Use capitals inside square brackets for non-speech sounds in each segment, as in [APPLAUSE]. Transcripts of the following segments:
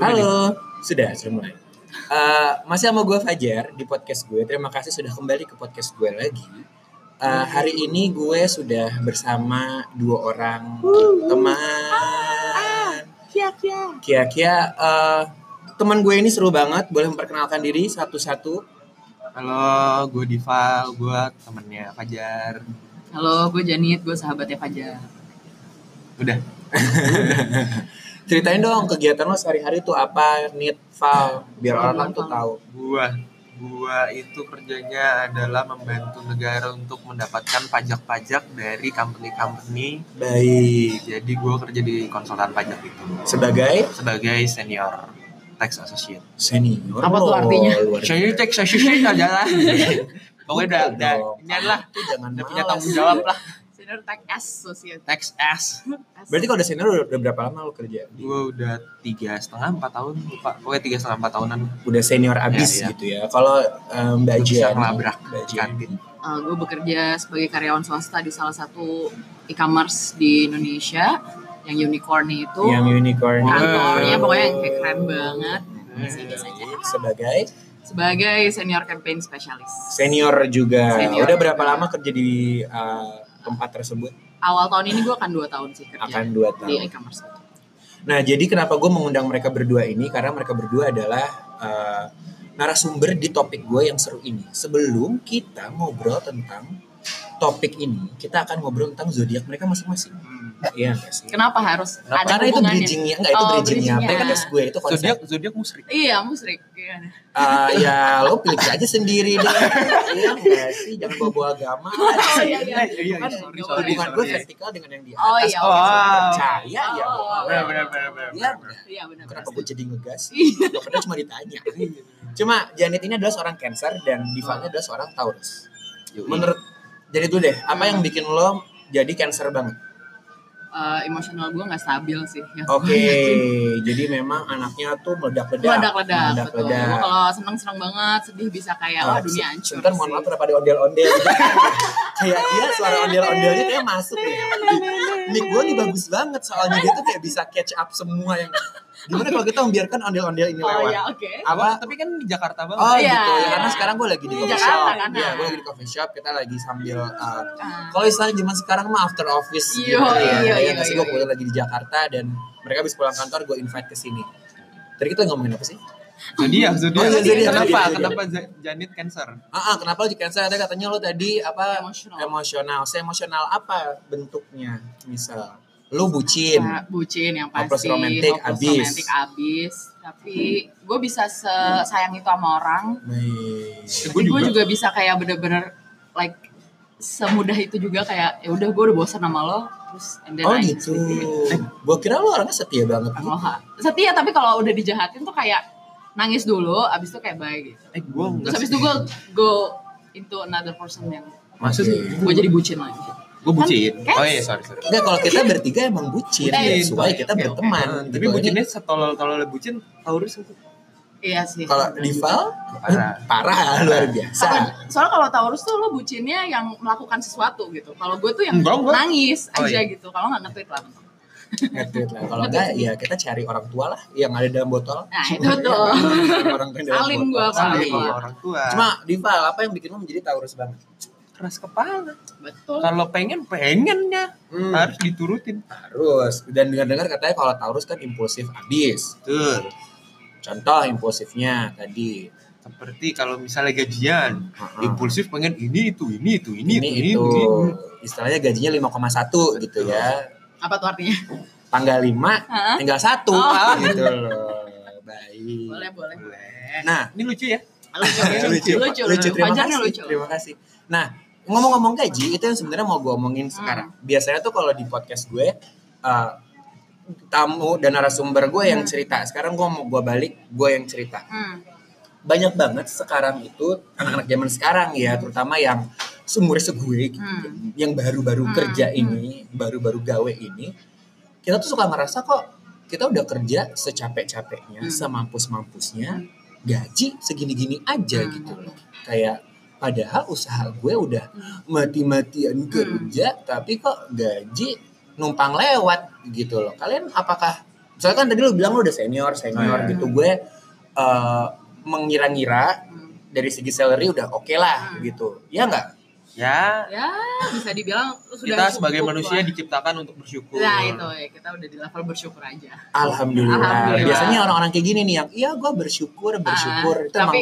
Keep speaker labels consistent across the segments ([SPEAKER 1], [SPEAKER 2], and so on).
[SPEAKER 1] Udah nih.
[SPEAKER 2] Halo,
[SPEAKER 1] Sudah, sudah mulai. Eh, masih sama gue Fajar di podcast gue. Terima kasih sudah kembali ke podcast gue lagi. Eh, hari ini gue sudah bersama dua orang teman. Kia Kia. eh, teman gue ini seru banget. Boleh memperkenalkan diri satu-satu.
[SPEAKER 2] halo, gue Diva, gue temennya Fajar.
[SPEAKER 3] Halo, gue Janit, gue sahabatnya
[SPEAKER 1] Iya.
[SPEAKER 3] Fajar.
[SPEAKER 2] Udah,
[SPEAKER 1] Ceritain dong kegiatan lo sehari-hari tuh apa, Nit, Val, biar orang-orang tuh tahu.
[SPEAKER 2] gue gue itu kerjanya adalah membantu negara untuk mendapatkan pajak-pajak dari company-company.
[SPEAKER 1] Baik.
[SPEAKER 2] Jadi gue kerja di konsultan pajak itu
[SPEAKER 1] Sebagai
[SPEAKER 2] sebagai senior tax associate.
[SPEAKER 1] senior.
[SPEAKER 3] Apa tuh
[SPEAKER 1] lo,
[SPEAKER 3] artinya?
[SPEAKER 1] luar
[SPEAKER 2] Senior
[SPEAKER 1] biasa.
[SPEAKER 2] tax associate adalah pokoknya udah,
[SPEAKER 1] Udah
[SPEAKER 2] udah
[SPEAKER 1] dong.
[SPEAKER 2] ini adalah
[SPEAKER 1] Tuh Jangan
[SPEAKER 2] udah punya
[SPEAKER 1] malas.
[SPEAKER 2] tanggung jawab lah
[SPEAKER 3] Senior Tech Associate.
[SPEAKER 2] tax S.
[SPEAKER 1] Berarti kalau udah senior udah, udah berapa lama lo kerja? Di-
[SPEAKER 2] Gue udah tiga setengah empat tahun, lupa. Pokoknya tiga setengah empat tahunan.
[SPEAKER 1] Udah senior abis
[SPEAKER 2] Iya, iya.
[SPEAKER 1] gitu ya. Kalau em, Mbak
[SPEAKER 2] Udah bisa
[SPEAKER 1] Jen,
[SPEAKER 2] ngelabrak kan.
[SPEAKER 1] Mbak
[SPEAKER 2] di
[SPEAKER 1] Jen.
[SPEAKER 2] kantin.
[SPEAKER 3] gue Eh, bekerja sebagai karyawan swasta di salah satu e-commerce di Indonesia yang unicornnya itu
[SPEAKER 1] yang unicorn.
[SPEAKER 2] Iya.
[SPEAKER 1] Iya,
[SPEAKER 3] kantornya pokoknya yang kayak keren banget biasa-biasa aja.
[SPEAKER 1] Sebagai
[SPEAKER 3] sebagai senior campaign specialist.
[SPEAKER 1] senior juga.
[SPEAKER 3] Senior.
[SPEAKER 1] Udah berapa lama kerja di eh, tempat tersebut?
[SPEAKER 3] Awal tahun ini gue akan 2 tahun sih kerja
[SPEAKER 1] Akan dua
[SPEAKER 3] di
[SPEAKER 1] tahun.
[SPEAKER 3] e-commerce.
[SPEAKER 1] Nah, jadi kenapa gue mengundang mereka berdua ini? Karena mereka berdua adalah eh, narasumber di topik gue yang seru ini. Sebelum kita ngobrol tentang topik ini, kita akan ngobrol tentang zodiak mereka masing-masing.
[SPEAKER 2] Hmm.
[SPEAKER 1] Iya nggak sih?
[SPEAKER 3] Kenapa harus
[SPEAKER 2] Kenapa?
[SPEAKER 3] ada
[SPEAKER 1] Karena itu
[SPEAKER 3] hubungannya?
[SPEAKER 1] bridgingnya, enggak itu
[SPEAKER 3] Oh,
[SPEAKER 1] bridgingnya. Apa
[SPEAKER 3] bridgingnya.
[SPEAKER 1] kata gue itu konsep.
[SPEAKER 2] Zodiak zodiak musrik.
[SPEAKER 3] Iya, musrik. Gimana?
[SPEAKER 1] Ah, ya lo pilih aja sendiri deh.
[SPEAKER 2] [LAUGHS]
[SPEAKER 1] Iya nggak sih? Jangan bawa-bawa agama.
[SPEAKER 3] Oh iya, iya.
[SPEAKER 2] Eh, iya, iya,
[SPEAKER 3] Kan
[SPEAKER 2] sorry,
[SPEAKER 3] gua-
[SPEAKER 2] sorry,
[SPEAKER 1] Hubungan gue
[SPEAKER 2] sorry.
[SPEAKER 1] vertikal dengan yang di atas.
[SPEAKER 3] Oh iya,
[SPEAKER 1] Orang
[SPEAKER 2] oke.
[SPEAKER 1] yang percaya ya.
[SPEAKER 3] Oh,
[SPEAKER 1] mau
[SPEAKER 3] iya.
[SPEAKER 1] apa.
[SPEAKER 2] Benar, benar, benar,
[SPEAKER 1] Ya,
[SPEAKER 2] benar,
[SPEAKER 1] udah.
[SPEAKER 3] Iya, benar.
[SPEAKER 1] Kenapa gue jadi ngegas?
[SPEAKER 3] Iya.
[SPEAKER 1] Gak pernah cuma ditanya. Cuma Janet ini adalah seorang Cancer dan Divanya adalah seorang Taurus.
[SPEAKER 2] Yoi.
[SPEAKER 1] Menurut jadi dulu deh, apa
[SPEAKER 3] Hmm.
[SPEAKER 1] yang bikin lo jadi Cancer banget?
[SPEAKER 3] Eh, emosional gue nggak stabil sih. Ya,
[SPEAKER 1] Oke,
[SPEAKER 3] [LAUGHS] gua yakin.
[SPEAKER 1] jadi memang anaknya tuh meledak-ledak.
[SPEAKER 3] Ledak-ledak, betul.
[SPEAKER 1] Meledak-ledak.
[SPEAKER 3] Gua kalau seneng-seneng banget, sedih bisa kayak, wah dunia hancur
[SPEAKER 1] Sebentar mohon maaf kenapa ada ondel-ondel.
[SPEAKER 3] [LAUGHS]
[SPEAKER 1] kayak dia suara ondel-ondelnya kayak masuk ya. Mic gue nih bagus banget soalnya dia tuh kayak bisa catch up semua yang gimana kalau kita membiarkan ondel-ondel ini
[SPEAKER 3] Oh
[SPEAKER 1] lewat.
[SPEAKER 3] ya, oke.
[SPEAKER 1] Apa?
[SPEAKER 2] Apa? Tapi kan di Jakarta banget.
[SPEAKER 1] Oh
[SPEAKER 3] Iya.
[SPEAKER 1] gitu ya karena sekarang gue lagi di
[SPEAKER 3] Di
[SPEAKER 1] coffee
[SPEAKER 3] Jakarta,
[SPEAKER 1] shop.
[SPEAKER 3] kan?
[SPEAKER 1] Iya, gue lagi di coffee shop kita lagi sambil uh,
[SPEAKER 3] Ah.
[SPEAKER 1] kalau istilahnya zaman sekarang mah after office
[SPEAKER 3] Iya,
[SPEAKER 1] ya.
[SPEAKER 3] iya,
[SPEAKER 1] Iya,
[SPEAKER 3] iya,
[SPEAKER 1] Terus
[SPEAKER 3] iya,
[SPEAKER 1] gue
[SPEAKER 3] iya.
[SPEAKER 1] kebetulan lagi di Jakarta dan mereka habis pulang kantor gue invite ke sini. Tadi kita ngomongin apa sih?
[SPEAKER 2] Zodiak,
[SPEAKER 1] Oh,
[SPEAKER 2] zodiak.
[SPEAKER 1] iya, zodiak,
[SPEAKER 2] Kenapa?
[SPEAKER 1] zodiak.
[SPEAKER 2] Kenapa Z- Janit Cancer? Eh,
[SPEAKER 1] Ah, ah, kenapa lo di cancel? Ada katanya lo tadi apa
[SPEAKER 3] Emosional.
[SPEAKER 1] emosional. Se emosional apa bentuknya? Misal lo bucin.
[SPEAKER 3] Nah, bucin yang pasti.
[SPEAKER 1] Hopeless romantic,
[SPEAKER 3] hopeless
[SPEAKER 1] abis.
[SPEAKER 3] romantic, abis. Tapi gue bisa sayang itu sama orang.
[SPEAKER 1] Baik.
[SPEAKER 2] Eh,
[SPEAKER 3] Tapi gue juga bisa kayak bener-bener like semudah itu juga kayak ya udah gue udah bosan sama lo terus and then
[SPEAKER 1] Oh
[SPEAKER 3] I just
[SPEAKER 1] gitu.
[SPEAKER 3] leave you.
[SPEAKER 1] Gue kira lo orangnya setia banget. gitu.
[SPEAKER 3] Aloha. setia tapi kalau udah dijahatin tuh kayak nangis dulu abis itu kayak baik gitu
[SPEAKER 2] Eh, gue
[SPEAKER 3] terus abis itu gue go into another person yang
[SPEAKER 2] Maksud
[SPEAKER 1] Iya.
[SPEAKER 3] gue jadi bucin lagi
[SPEAKER 2] gue bucin.
[SPEAKER 3] Kan-
[SPEAKER 2] Oh iya, sorry, sorry.
[SPEAKER 1] Enggak, kalau kita bertiga emang bucin.
[SPEAKER 3] Eh,
[SPEAKER 1] That's why kita
[SPEAKER 3] oke,
[SPEAKER 1] berteman.
[SPEAKER 2] Eh,
[SPEAKER 1] gitu.
[SPEAKER 2] tapi
[SPEAKER 1] Ini
[SPEAKER 2] bucinnya setolol-tolol bucin Taurus itu
[SPEAKER 3] iya sih
[SPEAKER 1] kalau Dival
[SPEAKER 2] parah.
[SPEAKER 1] parah [LAUGHS] luar biasa.
[SPEAKER 3] Apa- soalnya kalau Taurus tuh lo bucinnya yang melakukan sesuatu gitu kalau gue tuh yang
[SPEAKER 2] Enggak, enggak.
[SPEAKER 3] nangis
[SPEAKER 2] Oh,
[SPEAKER 3] aja
[SPEAKER 2] iya.
[SPEAKER 3] gitu kalau nggak nge-tweet lah
[SPEAKER 1] Nge-tweet lah. Kalau enggak ya kita cari orang tua lah yang ada dalam botol. Iya,
[SPEAKER 3] nah
[SPEAKER 1] [LAUGHS]
[SPEAKER 3] itu tuh
[SPEAKER 1] orang tua yang dalam
[SPEAKER 3] Salim
[SPEAKER 1] botol.
[SPEAKER 3] gua, salim.
[SPEAKER 1] Salim.
[SPEAKER 2] Sama orang tua.
[SPEAKER 1] Cuma Dival, apa yang bikin lo menjadi Taurus banget?
[SPEAKER 2] keras kepala.
[SPEAKER 3] betul
[SPEAKER 2] Kalau pengen pengennya
[SPEAKER 1] Hmm.
[SPEAKER 2] harus diturutin.
[SPEAKER 1] Harus. Dan dengar-dengar katanya kalau Taurus kan impulsif abis.
[SPEAKER 2] Betul.
[SPEAKER 1] Contoh impulsifnya tadi.
[SPEAKER 2] Seperti kalau misalnya gajian,
[SPEAKER 1] Heeh.
[SPEAKER 2] impulsif pengen ini itu, ini itu, ini,
[SPEAKER 1] Ini, itu.
[SPEAKER 2] itu, ini itu.
[SPEAKER 1] Istilahnya gajinya 5,1 gitu
[SPEAKER 2] Betul.
[SPEAKER 1] ya.
[SPEAKER 3] apa tuh
[SPEAKER 1] [LAUGHS]
[SPEAKER 3] artinya
[SPEAKER 1] Tanggal 5
[SPEAKER 3] Hah?
[SPEAKER 1] tinggal 1
[SPEAKER 3] Oh.
[SPEAKER 1] gitu loh. Baik.
[SPEAKER 3] boleh boleh
[SPEAKER 2] Boleh.
[SPEAKER 1] Nah,
[SPEAKER 2] Ini lucu ya?
[SPEAKER 3] Eh, lucu
[SPEAKER 1] [LAUGHS] lucu,
[SPEAKER 3] lucu
[SPEAKER 1] lucu. Terima
[SPEAKER 3] Wajarnya
[SPEAKER 1] kasih.
[SPEAKER 3] lucu
[SPEAKER 1] Terima kasih. Nah, ngomong-ngomong gaji itu yang sebenarnya mau gue omongin
[SPEAKER 3] Hmm.
[SPEAKER 1] sekarang. Biasanya tuh kalau di podcast gue eh, tamu dan narasumber gue yang cerita. Sekarang gue mau gue balik, gue yang cerita.
[SPEAKER 3] Hmm.
[SPEAKER 1] Banyak banget sekarang itu anak-anak zaman sekarang ya, terutama yang seumur segue, gitu,
[SPEAKER 3] Hmm.
[SPEAKER 1] yang baru-baru
[SPEAKER 3] Hmm,
[SPEAKER 1] kerja
[SPEAKER 3] hmm.
[SPEAKER 1] ini, baru-baru gawe ini, kita tuh suka ngerasa kok kita udah kerja secapek-capeknya,
[SPEAKER 3] Hmm.
[SPEAKER 1] semampus-mampusnya, gaji segini-gini aja
[SPEAKER 3] Hmm.
[SPEAKER 1] gitu loh. Kayak padahal usaha gue udah mati-matian
[SPEAKER 3] Hmm.
[SPEAKER 1] kerja, tapi kok gaji numpang lewat gitu loh. Kalian apakah Soalnya kan tadi lu bilang lu udah senior, senior
[SPEAKER 2] Oh, iya.
[SPEAKER 1] gitu. Gue eh, mengira-ngira
[SPEAKER 3] Hmm.
[SPEAKER 1] dari segi salary udah oke lah
[SPEAKER 3] Hmm.
[SPEAKER 1] gitu. Ya nggak?
[SPEAKER 2] Ya,
[SPEAKER 3] Ya bisa dibilang lu sudah
[SPEAKER 2] kita
[SPEAKER 3] cukup
[SPEAKER 2] sebagai
[SPEAKER 3] lah.
[SPEAKER 2] manusia diciptakan untuk bersyukur.
[SPEAKER 3] Nah itu ya kita udah di level bersyukur aja.
[SPEAKER 1] Alhamdulillah.
[SPEAKER 3] Alhamdulillah.
[SPEAKER 1] Biasanya orang-orang kayak gini nih yang iya gue bersyukur, bersyukur.
[SPEAKER 3] Ah,
[SPEAKER 1] itu emang
[SPEAKER 3] tapi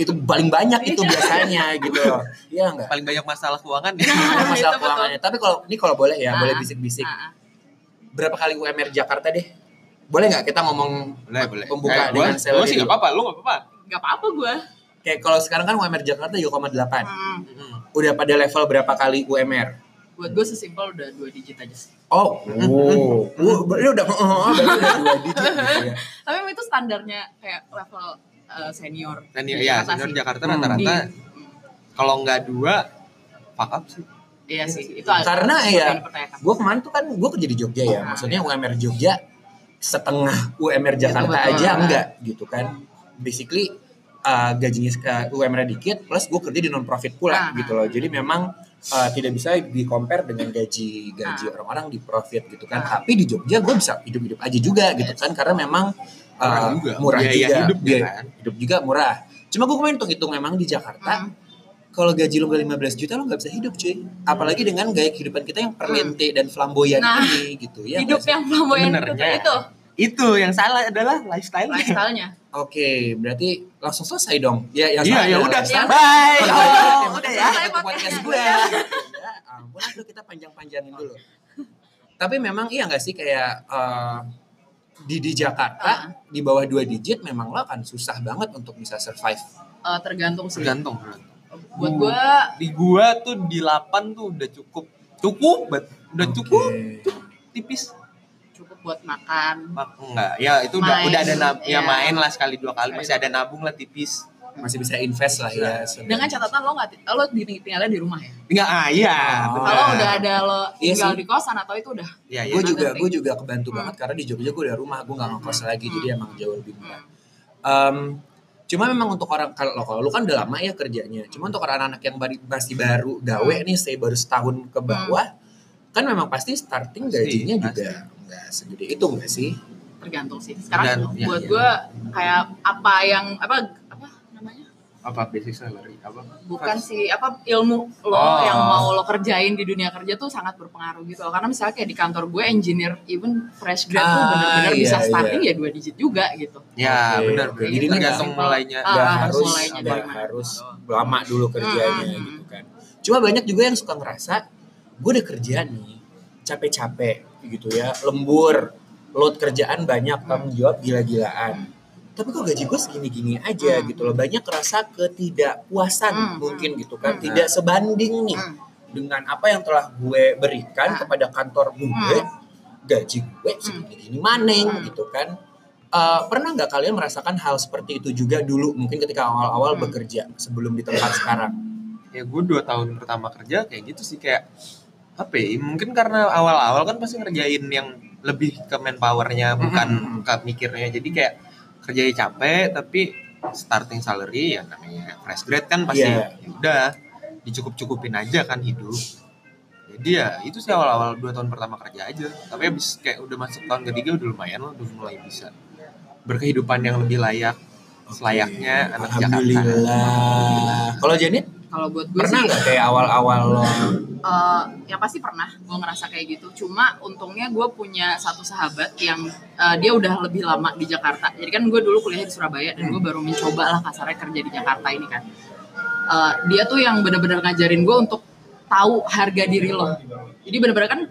[SPEAKER 1] itu paling banyak
[SPEAKER 3] [LAUGHS]
[SPEAKER 1] itu
[SPEAKER 3] Iya.
[SPEAKER 1] biasanya gitu. Iya enggak?
[SPEAKER 2] Paling banyak masalah keuangan ya.
[SPEAKER 1] Ada
[SPEAKER 3] Itu
[SPEAKER 1] masalah
[SPEAKER 3] betul.
[SPEAKER 1] keuangannya. Tapi kalau ini kalau boleh ya,
[SPEAKER 3] Ah.
[SPEAKER 1] boleh bisik-bisik.
[SPEAKER 3] ah, ah.
[SPEAKER 1] Berapa kali UMR Jakarta deh? Boleh nggak kita ngomong
[SPEAKER 2] boleh, boleh.
[SPEAKER 1] pembuka
[SPEAKER 2] Eh, gua-
[SPEAKER 1] dengan salary
[SPEAKER 2] Gua sih nggak
[SPEAKER 1] dulu?
[SPEAKER 2] apa-apa, lu nggak apa-apa.
[SPEAKER 3] [LAUGHS] nggak apa-apa gue.
[SPEAKER 1] Kayak kalau sekarang kan UMR Jakarta 3,8.
[SPEAKER 3] Hmm.
[SPEAKER 2] Mm-mm.
[SPEAKER 1] Udah pada level berapa kali UMR?
[SPEAKER 3] Buat gue sesimpel udah dua digit aja sih.
[SPEAKER 1] Oh, wow. [LAUGHS] Wah, berarti udah, oh, oh, berarti udah dua digit gitu ya.
[SPEAKER 3] Tapi emang itu standarnya kayak level eh, senior.
[SPEAKER 2] Dan
[SPEAKER 3] di
[SPEAKER 2] ya, ya
[SPEAKER 3] Jakarta
[SPEAKER 2] senior
[SPEAKER 3] sih.
[SPEAKER 2] Jakarta
[SPEAKER 1] Hmm.
[SPEAKER 2] rata-rata
[SPEAKER 3] Di-
[SPEAKER 2] kalau nggak dua, fuck up sih.
[SPEAKER 3] Iya sih, itu
[SPEAKER 1] Karena
[SPEAKER 3] agak-
[SPEAKER 1] ya,
[SPEAKER 3] agak dipertanyakan.
[SPEAKER 1] Gue kemarin tuh kan gue kerja di Jogja ya,
[SPEAKER 3] Ah,
[SPEAKER 1] maksudnya UMR Jogja setengah UMR Jakarta
[SPEAKER 3] Iya, betul. Nah.
[SPEAKER 1] aja enggak gitu kan. Basically uh, gajinya sek- UMR dikit plus gue kerja di non profit pula
[SPEAKER 3] Ah.
[SPEAKER 1] gitu loh. Jadi memang uh, tidak bisa di compare dengan gaji gaji
[SPEAKER 3] Ah.
[SPEAKER 1] orang-orang di profit gitu kan.
[SPEAKER 3] Ah.
[SPEAKER 1] Tapi di Jogja gue bisa hidup-hidup aja juga
[SPEAKER 3] Iya.
[SPEAKER 1] gitu kan karena memang uh,
[SPEAKER 2] Murah juga.
[SPEAKER 1] murah
[SPEAKER 2] Biaya
[SPEAKER 1] juga.
[SPEAKER 2] hidup ya
[SPEAKER 1] Biaya
[SPEAKER 2] kan.
[SPEAKER 1] hidup juga murah. Cuma gue kemarin hitung-hitung memang di Jakarta
[SPEAKER 3] Hmm.
[SPEAKER 1] kalau gaji lu gak 15 juta lu gak bisa hidup cuy apalagi dengan gaya kehidupan kita yang perlente dan flamboyan
[SPEAKER 3] Hmm. Nah,
[SPEAKER 1] ini gitu ya
[SPEAKER 3] hidup
[SPEAKER 1] nggak sih?
[SPEAKER 3] yang flamboyan itu
[SPEAKER 2] Sebenarnya.
[SPEAKER 3] itu
[SPEAKER 2] Itu yang salah adalah lifestyle.
[SPEAKER 3] lifestyle-nya.
[SPEAKER 1] oke berarti langsung selesai dong ya yang
[SPEAKER 2] Iya, ya udah.
[SPEAKER 3] Yang-
[SPEAKER 2] Bye.
[SPEAKER 1] Oh,
[SPEAKER 2] [LAUGHS] Oh,
[SPEAKER 1] udah
[SPEAKER 2] udah
[SPEAKER 1] ya
[SPEAKER 2] ya.
[SPEAKER 3] Selesai
[SPEAKER 1] itu podcast
[SPEAKER 3] podcastnya.
[SPEAKER 1] gue ya ampun aduh kita panjang-panjangin dulu tapi memang iya gak sih kayak eh, di di
[SPEAKER 3] Ah.
[SPEAKER 1] Jakarta di bawah dua digit memang lo akan susah banget untuk bisa survive
[SPEAKER 3] Eh, tergantung sih.
[SPEAKER 2] Tergantung.
[SPEAKER 3] Buat
[SPEAKER 1] Hmm.
[SPEAKER 3] gue
[SPEAKER 2] Di gua tuh di 8 tuh udah cukup. Cukup, bet. udah cukup
[SPEAKER 1] Oke.
[SPEAKER 2] tipis.
[SPEAKER 3] cukup buat makan.
[SPEAKER 2] Mak- Enggak, ya itu udah
[SPEAKER 3] Main,
[SPEAKER 2] udah ada nab- ya
[SPEAKER 3] iya.
[SPEAKER 2] main lah sekali dua kali
[SPEAKER 3] Sekali
[SPEAKER 2] masih
[SPEAKER 3] dua
[SPEAKER 2] ada nabung lah tipis.
[SPEAKER 1] masih bisa invest lah ya
[SPEAKER 3] Dengan catatan lo nggak ti- lo di- tinggalnya di rumah ya.
[SPEAKER 2] Enggak, ah iya.
[SPEAKER 1] Oh.
[SPEAKER 2] benar.
[SPEAKER 3] Kalau udah ada lo
[SPEAKER 1] Iya
[SPEAKER 3] tinggal
[SPEAKER 1] sih.
[SPEAKER 3] di kosan atau itu udah.
[SPEAKER 2] Iya, iya.
[SPEAKER 1] gue
[SPEAKER 3] Itu
[SPEAKER 1] juga
[SPEAKER 3] penting.
[SPEAKER 1] gue juga kebantu
[SPEAKER 3] Hmm.
[SPEAKER 1] banget karena di Jogja gue udah rumah gue nggak ngekos lagi
[SPEAKER 3] Hmm.
[SPEAKER 1] jadi emang jauh lebih murah.
[SPEAKER 3] Hmm.
[SPEAKER 1] Em, cuma memang untuk orang kalau kalau lu kan udah lama ya kerjanya. Cuma untuk orang anak yang bari- masih baru gawe
[SPEAKER 3] Hmm.
[SPEAKER 1] nih saya baru setahun ke bawah kan memang pasti starting
[SPEAKER 2] Pasti,
[SPEAKER 1] gajinya
[SPEAKER 2] pasti.
[SPEAKER 1] juga nggak segede itu nggak sih?
[SPEAKER 3] Tergantung sih.
[SPEAKER 2] Tergantung,
[SPEAKER 3] Sekarang
[SPEAKER 2] iya,
[SPEAKER 3] buat
[SPEAKER 2] iya.
[SPEAKER 3] gue kayak apa yang apa apa namanya?
[SPEAKER 2] apa basic salary? Apa?
[SPEAKER 3] Bukan sih apa ilmu lo
[SPEAKER 1] Ah.
[SPEAKER 2] Oh.
[SPEAKER 3] yang mau lo kerjain di dunia kerja tuh sangat berpengaruh gitu. loh. Karena misalnya kayak di kantor gue engineer even fresh grad tuh
[SPEAKER 1] Ah,
[SPEAKER 3] bener-bener
[SPEAKER 1] iya,
[SPEAKER 3] bisa
[SPEAKER 1] iya.
[SPEAKER 3] starting ya dua digit juga gitu.
[SPEAKER 2] Ya,
[SPEAKER 1] Oke,
[SPEAKER 2] benar.
[SPEAKER 1] oke.
[SPEAKER 2] benar.
[SPEAKER 1] Jadi kan ini
[SPEAKER 2] tergantung
[SPEAKER 3] nggak-
[SPEAKER 2] mulainya.
[SPEAKER 3] Ah,
[SPEAKER 1] Nggak
[SPEAKER 3] ah,
[SPEAKER 1] harus
[SPEAKER 3] mulainya
[SPEAKER 1] nggak
[SPEAKER 3] dari mana?
[SPEAKER 1] harus lama dulu kerjanya
[SPEAKER 3] Hmm.
[SPEAKER 1] gitu kan. Cuma banyak juga yang suka ngerasa gue udah kerja nih capek-capek gitu ya lembur load kerjaan banyak
[SPEAKER 3] Mm.
[SPEAKER 1] tanggung jawab gila-gilaan tapi kok gaji gue segini-gini aja
[SPEAKER 3] Hmm.
[SPEAKER 1] gitu loh banyak rasa ketidakpuasan
[SPEAKER 3] Hmm,
[SPEAKER 1] mungkin gitu kan
[SPEAKER 3] Hmm.
[SPEAKER 1] tidak sebanding nih
[SPEAKER 3] Hmm.
[SPEAKER 1] dengan apa yang telah gue berikan
[SPEAKER 3] Hmm.
[SPEAKER 1] kepada kantor gue gaji gue segini-gini maning
[SPEAKER 3] Hmm.
[SPEAKER 1] gitu kan Eh, pernah nggak kalian merasakan hal seperti itu juga dulu mungkin ketika awal-awal
[SPEAKER 3] Hmm.
[SPEAKER 1] bekerja sebelum di tempat sekarang
[SPEAKER 2] Ya gue dua tahun pertama kerja kayak gitu sih kayak apa ya? Mungkin karena awal-awal kan pasti ngerjain yang lebih ke manpowernya bukan
[SPEAKER 1] Mm-mm.
[SPEAKER 2] ke mikirnya. Jadi kayak kerjanya capek tapi starting salary ya namanya fresh grad kan pasti
[SPEAKER 1] Iya.
[SPEAKER 2] ya udah dicukup-cukupin aja kan hidup. Jadi ya itu sih awal-awal dua tahun pertama kerja aja. Tapi abis kayak udah masuk tahun ketiga udah lumayan lah udah mulai bisa berkehidupan yang lebih layak selayaknya anak Jakarta.
[SPEAKER 1] alhamdulillah kalau Janet
[SPEAKER 3] Kalau buat gue
[SPEAKER 1] pernah
[SPEAKER 3] sih
[SPEAKER 1] nggak kayak awal-awal lo
[SPEAKER 3] Eh, ya pasti pernah gue ngerasa kayak gitu cuma untungnya gue punya satu sahabat yang eh, dia udah lebih lama di Jakarta jadi kan gue dulu kuliah di Surabaya dan gue baru mencoba lah kasarnya kerja di Jakarta ini kan Eh, dia tuh yang bener-bener ngajarin gue untuk tahu harga diri lo jadi bener-bener kan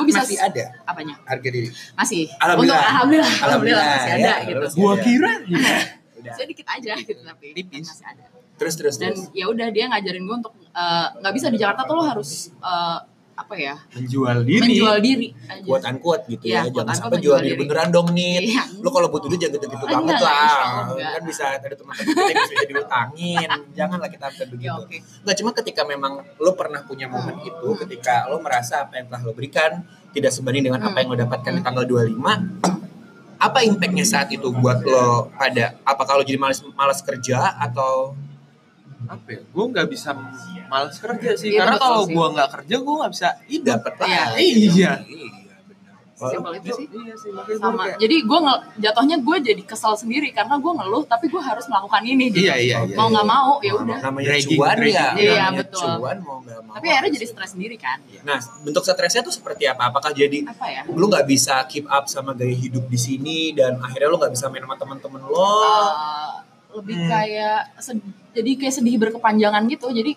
[SPEAKER 3] gue
[SPEAKER 1] Ah,
[SPEAKER 3] bisa
[SPEAKER 1] masih ada
[SPEAKER 3] apanya
[SPEAKER 1] harga diri
[SPEAKER 3] masih
[SPEAKER 1] Alhamdulillah.
[SPEAKER 3] Untuk- alhamdulillah alhamdulillah, masih ada
[SPEAKER 1] ya,
[SPEAKER 3] gitu
[SPEAKER 1] terus
[SPEAKER 2] Gua
[SPEAKER 1] ya.
[SPEAKER 2] kira
[SPEAKER 1] Udah.
[SPEAKER 3] saya dikit aja gitu tapi
[SPEAKER 2] Tipis.
[SPEAKER 3] masih ada
[SPEAKER 1] terus terus
[SPEAKER 3] dan
[SPEAKER 1] terus
[SPEAKER 3] ya udah dia ngajarin gue untuk eh, nggak bisa di Jakarta tuh lo harus eh, apa ya
[SPEAKER 2] menjual diri.
[SPEAKER 3] menjual diri aja.
[SPEAKER 1] kuat kuat gitu ya,
[SPEAKER 3] Iya,
[SPEAKER 1] jangan
[SPEAKER 3] quote-unquote
[SPEAKER 1] sampai jual
[SPEAKER 3] menjual
[SPEAKER 1] diri
[SPEAKER 3] diri.
[SPEAKER 1] beneran dong nih
[SPEAKER 3] Iya.
[SPEAKER 1] lo kalau butuh duit jangan gitu gitu
[SPEAKER 3] Enggak,
[SPEAKER 1] banget
[SPEAKER 3] enggak, insya
[SPEAKER 1] lah
[SPEAKER 3] Allah enggak.
[SPEAKER 1] kan bisa ada teman-teman kita yang bisa jadi utangin janganlah kita sampai
[SPEAKER 3] Ya,
[SPEAKER 1] begitu
[SPEAKER 3] oke. Hmm.
[SPEAKER 1] Nggak, cuma ketika memang lo pernah punya momen itu, ketika lo merasa apa yang telah lo berikan tidak sebanding dengan apa yang
[SPEAKER 3] Hmm.
[SPEAKER 1] lo dapatkan di tanggal 25, apa impactnya saat itu buat lo pada apakah lo jadi malas malas kerja atau
[SPEAKER 2] apa ya? Gue nggak bisa males kerja sih.
[SPEAKER 3] Iya,
[SPEAKER 2] Karena
[SPEAKER 3] betul
[SPEAKER 2] kalau
[SPEAKER 3] sih.
[SPEAKER 2] gue nggak kerja gue nggak bisa hidup.
[SPEAKER 1] dapat lah?
[SPEAKER 3] Iya.
[SPEAKER 1] gitu.
[SPEAKER 2] Iya.
[SPEAKER 1] Iya, benar.
[SPEAKER 3] Sesimpel itu sih.
[SPEAKER 2] Iya sih, makanya gue
[SPEAKER 3] Sama.
[SPEAKER 2] kayak
[SPEAKER 3] Jadi gue ngel- jatuhnya gue jadi kesal sendiri karena gue ngeluh tapi gue harus melakukan ini. Jadi
[SPEAKER 2] Iya, iya, iya.
[SPEAKER 3] mau nggak mau ya
[SPEAKER 2] Mau nggak
[SPEAKER 3] udah.
[SPEAKER 1] namanya
[SPEAKER 2] Dragging,
[SPEAKER 1] cuan ya
[SPEAKER 2] dragging.
[SPEAKER 3] Iya,
[SPEAKER 1] namanya
[SPEAKER 3] betul.
[SPEAKER 1] cuan mau nggak mau
[SPEAKER 3] Tapi akhirnya jadi stres sendiri kan.
[SPEAKER 1] nah bentuk stresnya tuh seperti apa apakah jadi
[SPEAKER 3] Apa ya?
[SPEAKER 1] lu nggak bisa keep up sama gaya hidup di sini dan akhirnya lu nggak bisa main sama temen-temen lo
[SPEAKER 2] Oh.
[SPEAKER 3] Uh, lebih
[SPEAKER 1] Hmm.
[SPEAKER 3] kayak sed- jadi kayak sedih berkepanjangan gitu jadi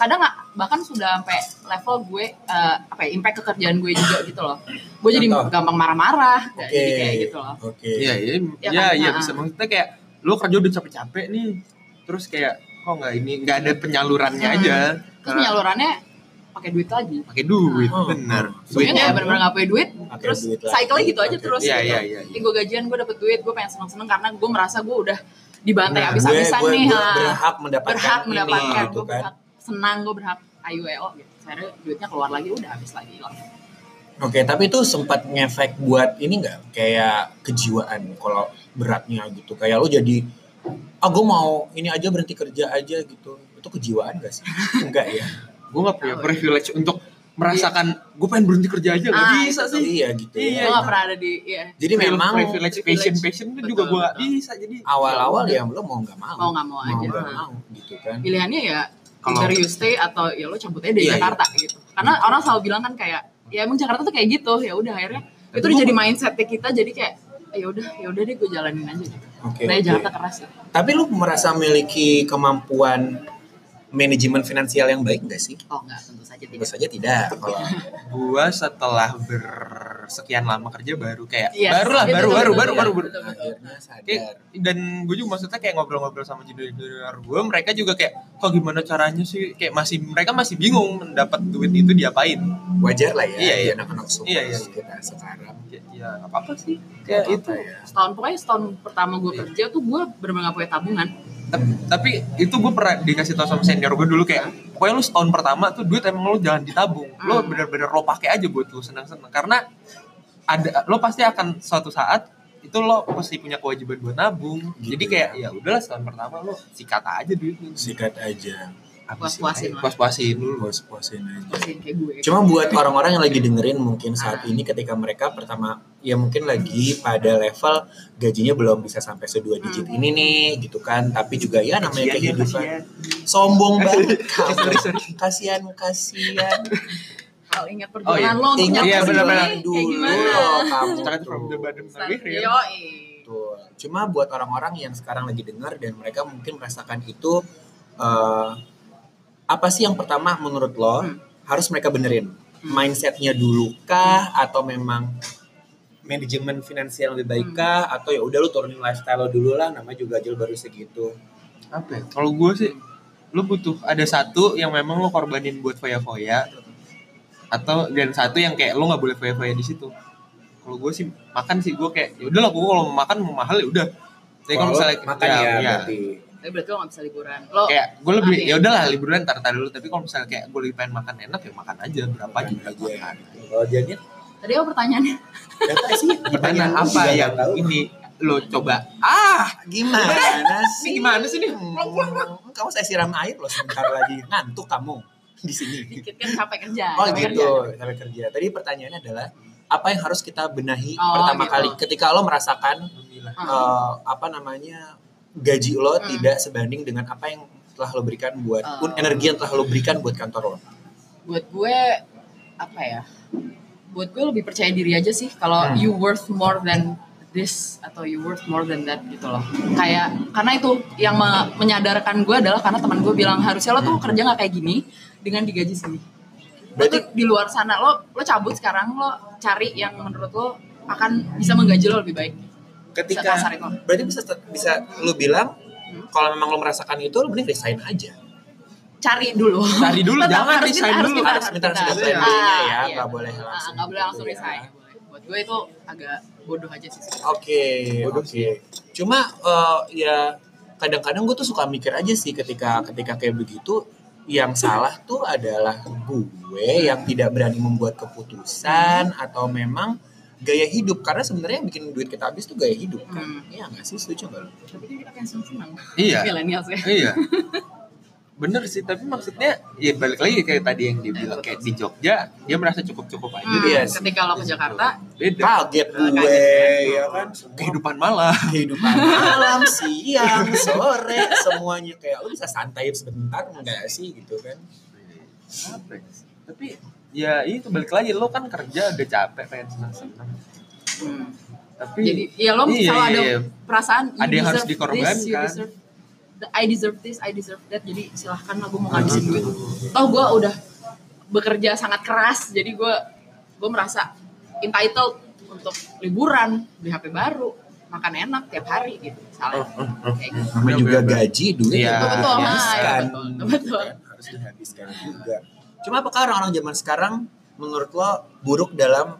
[SPEAKER 3] kadang nggak- bahkan sudah sampai level gue uh, apa ya, impact ke kerjaan gue juga gitu loh gue jadi
[SPEAKER 1] Contoh.
[SPEAKER 3] gampang marah-marah
[SPEAKER 1] oke
[SPEAKER 3] kayak- jadi kayak gitu loh
[SPEAKER 1] oke
[SPEAKER 2] Iya, iya,
[SPEAKER 3] Ya
[SPEAKER 2] iya,
[SPEAKER 3] kan?
[SPEAKER 2] iya
[SPEAKER 3] Ah.
[SPEAKER 2] bisa. Maksudnya kayak lu kerja udah capek-capek nih, terus kayak kok nggak ini nggak ada penyalurannya
[SPEAKER 3] Hmm.
[SPEAKER 2] aja.
[SPEAKER 3] terus penyalurannya pakai duit lagi
[SPEAKER 2] pakai duit,
[SPEAKER 1] Hmm.
[SPEAKER 2] bener.
[SPEAKER 3] Sebenarnya
[SPEAKER 2] Duitnya
[SPEAKER 3] nggak benar-benar nggak pakai duit
[SPEAKER 1] Pakai
[SPEAKER 3] terus
[SPEAKER 1] duit lagi.
[SPEAKER 3] cycle gitu aja
[SPEAKER 1] Pakai-
[SPEAKER 3] terus
[SPEAKER 2] Iya,
[SPEAKER 3] gitu.
[SPEAKER 2] iya, iya.
[SPEAKER 3] Ini gue gajian gue dapet duit gue pengen seneng-seneng karena gue merasa gue udah dibantai
[SPEAKER 2] Nah,
[SPEAKER 1] gue,
[SPEAKER 3] habis-habisan
[SPEAKER 1] gue,
[SPEAKER 3] nih
[SPEAKER 1] gue
[SPEAKER 3] ha.
[SPEAKER 1] berhak mendapatkan
[SPEAKER 3] berhak
[SPEAKER 1] ini
[SPEAKER 3] mendapatkan
[SPEAKER 1] gitu kan
[SPEAKER 3] gue berhak senang gue berhak ayo ayo gitu akhirnya duitnya keluar lagi udah habis lagi hilang
[SPEAKER 1] Iya, Oke, tapi itu sempat ngefek buat ini nggak kayak kejiwaan kalau beratnya gitu. Kayak lu jadi, ah gue mau ini aja berhenti kerja aja gitu. Itu kejiwaan
[SPEAKER 3] [LAUGHS]
[SPEAKER 1] gak sih? Enggak ya?
[SPEAKER 2] gue nggak punya privilege untuk merasakan gue pengen berhenti kerja aja nggak
[SPEAKER 3] Ah,
[SPEAKER 2] bisa
[SPEAKER 3] itu
[SPEAKER 2] sih.
[SPEAKER 1] Iya gitu.
[SPEAKER 2] Iya.
[SPEAKER 3] Gue
[SPEAKER 1] ya.
[SPEAKER 3] gak pernah ada di iya.
[SPEAKER 1] Jadi memang
[SPEAKER 2] privilege passion passion itu
[SPEAKER 3] Betul,
[SPEAKER 2] juga gue nggak
[SPEAKER 3] betul.
[SPEAKER 2] bisa jadi
[SPEAKER 1] awal-awal ya lo mau nggak mau.
[SPEAKER 3] mau nggak mau aja.
[SPEAKER 1] nggak
[SPEAKER 3] Nah,
[SPEAKER 1] mau gitu kan.
[SPEAKER 3] Pilihannya ya
[SPEAKER 2] Kalau-
[SPEAKER 3] either you stay atau ya lo cabut aja
[SPEAKER 2] Iya,
[SPEAKER 3] dari
[SPEAKER 2] iya.
[SPEAKER 3] Jakarta gitu. Karena orang selalu bilang kan kayak ya emang Jakarta tuh kayak gitu ya udah akhirnya itu
[SPEAKER 2] gua-
[SPEAKER 3] udah jadi mindset kita jadi kayak ya udah ya udah deh gue jalanin aja gitu.
[SPEAKER 1] Oke.
[SPEAKER 3] Nah,
[SPEAKER 1] oke.
[SPEAKER 3] Jakarta keras ya.
[SPEAKER 1] Tapi lu merasa memiliki kemampuan manajemen finansial yang baik nggak sih?
[SPEAKER 3] Oh enggak, tentu saja
[SPEAKER 1] Tentu
[SPEAKER 3] tidak.
[SPEAKER 1] saja tidak. Kalau
[SPEAKER 2] gue setelah bersekian lama kerja baru kayak
[SPEAKER 3] Yes,
[SPEAKER 2] baru lah
[SPEAKER 3] itu
[SPEAKER 2] baru
[SPEAKER 3] Iya, betul,
[SPEAKER 2] baru baru
[SPEAKER 3] betul,
[SPEAKER 2] baru
[SPEAKER 3] betul,
[SPEAKER 2] baru
[SPEAKER 3] betul, betul.
[SPEAKER 1] akhirnya sadar.
[SPEAKER 2] Kayak- dan gue juga maksudnya kayak ngobrol-ngobrol sama junior-junior gue mereka juga kayak kok gimana caranya sih kayak masih mereka masih bingung mendapat duit itu diapain
[SPEAKER 1] wajar lah ya
[SPEAKER 2] Iya, iya.
[SPEAKER 1] anak-anak semua
[SPEAKER 2] Iya, iya.
[SPEAKER 1] kita sekarang
[SPEAKER 2] ya, ya apa apa sih kayak
[SPEAKER 1] Apa-apa
[SPEAKER 2] itu
[SPEAKER 1] ya.
[SPEAKER 3] Setahun pokoknya setahun pertama gue
[SPEAKER 2] Iya.
[SPEAKER 3] kerja tuh gue benar-benar gak punya tabungan.
[SPEAKER 2] tapi, tapi itu gue pernah dikasih tau sama senior gue dulu kayak pokoknya lu setahun pertama tuh duit emang lu jangan ditabung lu
[SPEAKER 3] Hmm.
[SPEAKER 2] bener-bener lo pakai aja buat lu senang-senang karena ada lo pasti akan suatu saat itu lo pasti punya kewajiban buat nabung
[SPEAKER 1] Gitu
[SPEAKER 2] jadi kayak ya udahlah setahun pertama lo sikat aja duitnya
[SPEAKER 1] sikat aja
[SPEAKER 3] Puas-puasin lah.
[SPEAKER 2] puas puasin dulu
[SPEAKER 1] puas puasin aja
[SPEAKER 3] Masih kayak gue.
[SPEAKER 1] cuma buat orang-orang yang lagi dengerin mungkin saat ini ketika mereka pertama ya mungkin lagi pada level gajinya belum bisa sampai sedua digit
[SPEAKER 3] Hmm.
[SPEAKER 1] ini nih gitu kan tapi juga ya namanya
[SPEAKER 2] Kasihan ya,
[SPEAKER 1] kehidupan sombong banget
[SPEAKER 2] Eh, sorry, sorry.
[SPEAKER 1] kasihan kasihan
[SPEAKER 3] Kalau ingat
[SPEAKER 2] Oh, iya.
[SPEAKER 3] perjuangan lo untuk
[SPEAKER 1] Ingat
[SPEAKER 3] nyampe
[SPEAKER 2] Iya,
[SPEAKER 3] sini,
[SPEAKER 2] benar-benar.
[SPEAKER 3] kayak
[SPEAKER 1] dulu
[SPEAKER 3] gimana?
[SPEAKER 1] loh kamu
[SPEAKER 2] Start from the
[SPEAKER 1] tuh.
[SPEAKER 2] bottom
[SPEAKER 3] Start-
[SPEAKER 2] tapi real.
[SPEAKER 3] yoi.
[SPEAKER 1] Betul. Cuma buat orang-orang yang sekarang lagi dengar dan mereka mungkin merasakan itu eh, apa sih yang pertama menurut lo
[SPEAKER 3] Hmm.
[SPEAKER 1] harus mereka benerin mindsetnya dulu kah atau memang manajemen finansial lebih
[SPEAKER 3] Hmm.
[SPEAKER 1] baik kah atau ya udah lu turunin lifestyle lo dulu lah namanya juga aja lu baru segitu.
[SPEAKER 2] apa ya? kalau gue sih lo butuh ada satu yang memang lo korbanin buat foya-foya atau dan satu yang kayak lo nggak boleh foya-foya di situ kalau gue sih makan sih gue kayak ya udahlah gue kalau mau makan mau mahal ya udah tapi
[SPEAKER 1] Kalau
[SPEAKER 2] kalau misalnya
[SPEAKER 1] makan ya, berarti.
[SPEAKER 3] Tapi berarti lo gak bisa liburan. Lo
[SPEAKER 2] kayak gue lebih
[SPEAKER 3] Makan ya.
[SPEAKER 2] ya udahlah liburan tar tar dulu tapi kalau misalnya kayak gue lebih pengen makan enak ya makan aja berapa
[SPEAKER 1] Makan
[SPEAKER 2] juga
[SPEAKER 1] aja.
[SPEAKER 2] makan
[SPEAKER 1] Kalau jadi
[SPEAKER 3] tadi apa pertanyaannya? [LAUGHS]
[SPEAKER 1] data sih
[SPEAKER 2] pertanyaan
[SPEAKER 1] lu
[SPEAKER 2] apa ya?
[SPEAKER 1] juga
[SPEAKER 2] yang
[SPEAKER 1] nggak tahu. Eh,
[SPEAKER 2] ini lo coba ah
[SPEAKER 1] Gimana
[SPEAKER 2] ini
[SPEAKER 1] sih?
[SPEAKER 2] gimana sih nih Pulang, pulang.
[SPEAKER 1] Hmm, Kamu saya siram air loh sebentar lagi ngantuk kamu di sini.
[SPEAKER 3] Dikit kan capek kerja.
[SPEAKER 1] Oh
[SPEAKER 3] capek
[SPEAKER 1] gitu,
[SPEAKER 3] kerja.
[SPEAKER 1] sampai kerja. Tadi pertanyaannya adalah apa yang harus kita benahi
[SPEAKER 3] Oh,
[SPEAKER 1] pertama
[SPEAKER 3] gitu.
[SPEAKER 1] kali ketika lo merasakan
[SPEAKER 2] Alhamdulillah.
[SPEAKER 3] Hmm.
[SPEAKER 1] eh, apa namanya gaji lo
[SPEAKER 3] Hmm.
[SPEAKER 1] tidak sebanding dengan apa yang telah lo berikan buat pun
[SPEAKER 3] Oh.
[SPEAKER 1] energi yang telah lo berikan buat kantor lo.
[SPEAKER 3] Buat gue apa ya? Buat gue lebih percaya diri aja sih kalau
[SPEAKER 1] Hmm.
[SPEAKER 3] you worth more than this atau you worth more than that gitu loh. Kayak karena itu yang me- menyadarkan gue adalah karena teman gue bilang harusnya lo tuh kerja nggak kayak gini dengan digaji sini. Berarti
[SPEAKER 1] Hmm. Berarti
[SPEAKER 3] di luar sana lo lo cabut sekarang lo cari yang menurut lo akan bisa menggaji lo lebih baik.
[SPEAKER 1] ketika
[SPEAKER 3] Kasar itu.
[SPEAKER 1] berarti bisa bisa lo bilang kalau memang lo merasakan itu lo mending resign aja.
[SPEAKER 3] cari dulu.
[SPEAKER 2] Cari dulu,
[SPEAKER 3] [LAUGHS] Tetap
[SPEAKER 2] jangan
[SPEAKER 3] harus
[SPEAKER 2] resign
[SPEAKER 3] pintar,
[SPEAKER 2] dulu.
[SPEAKER 3] pintar,
[SPEAKER 1] Harus pintar,
[SPEAKER 3] pintar.
[SPEAKER 2] harus pintar.
[SPEAKER 1] Iya,
[SPEAKER 3] Ah,
[SPEAKER 1] ya,
[SPEAKER 3] iya.
[SPEAKER 1] nggak boleh
[SPEAKER 3] Ah,
[SPEAKER 1] langsung
[SPEAKER 3] nggak boleh
[SPEAKER 1] gitu
[SPEAKER 3] langsung
[SPEAKER 1] ya.
[SPEAKER 3] resign. Buat gue itu agak bodoh aja sih.
[SPEAKER 1] Oke,
[SPEAKER 2] Bodoh
[SPEAKER 1] oke. Cuma eh, ya kadang-kadang gue tuh suka mikir aja sih ketika ketika kayak begitu yang salah tuh adalah gue yang tidak berani membuat keputusan atau memang gaya hidup karena sebenarnya yang bikin duit kita habis tuh gaya hidup kan.
[SPEAKER 3] Hmm.
[SPEAKER 1] Iya nggak sih setuju nggak lo?
[SPEAKER 3] [LAUGHS] Tapi kan kita pengen seneng.
[SPEAKER 2] iya
[SPEAKER 3] Milenial sih.
[SPEAKER 2] iya bener sih tapi maksudnya ya balik lagi kayak tadi yang dia bilang kayak di Jogja dia merasa cukup cukup aja
[SPEAKER 3] Hmm,
[SPEAKER 1] Iya sih.
[SPEAKER 3] ketika lo ke Jakarta
[SPEAKER 2] beda
[SPEAKER 1] Kaget gue,
[SPEAKER 3] Kaget.
[SPEAKER 1] ya kan?
[SPEAKER 2] kehidupan malah
[SPEAKER 1] kehidupan malam, siang, sore, semuanya kayak lu bisa santai sebentar enggak sih gitu kan?
[SPEAKER 2] Apa ya? tapi ya itu balik lagi lo kan kerja udah capek pengen senang senang
[SPEAKER 3] hmm,
[SPEAKER 2] tapi
[SPEAKER 3] jadi ya
[SPEAKER 2] Iya,
[SPEAKER 3] lo
[SPEAKER 2] iya,
[SPEAKER 3] misalnya ada
[SPEAKER 2] iya.
[SPEAKER 3] perasaan you
[SPEAKER 2] Ada yang harus
[SPEAKER 3] deserve
[SPEAKER 2] dikorbankan.
[SPEAKER 3] this, you deserve th- I deserve this, I deserve that. Jadi silahkan lah gue mau ngabisin duit. Toh gue udah bekerja sangat keras, jadi gue gue merasa entitled untuk liburan, beli HP baru, makan enak tiap hari gitu. Misalnya
[SPEAKER 2] Oh,
[SPEAKER 3] kayak gitu.
[SPEAKER 1] Namanya
[SPEAKER 2] Bener,
[SPEAKER 1] juga
[SPEAKER 2] bener.
[SPEAKER 1] gaji duit
[SPEAKER 2] Iya,
[SPEAKER 1] ya,
[SPEAKER 2] betul, betul.
[SPEAKER 1] dihabiskan.
[SPEAKER 3] Nah, iya, betul, betul.
[SPEAKER 1] Kan, Harus dihabiskan juga. Cuma apakah orang-orang zaman sekarang menurut lo buruk dalam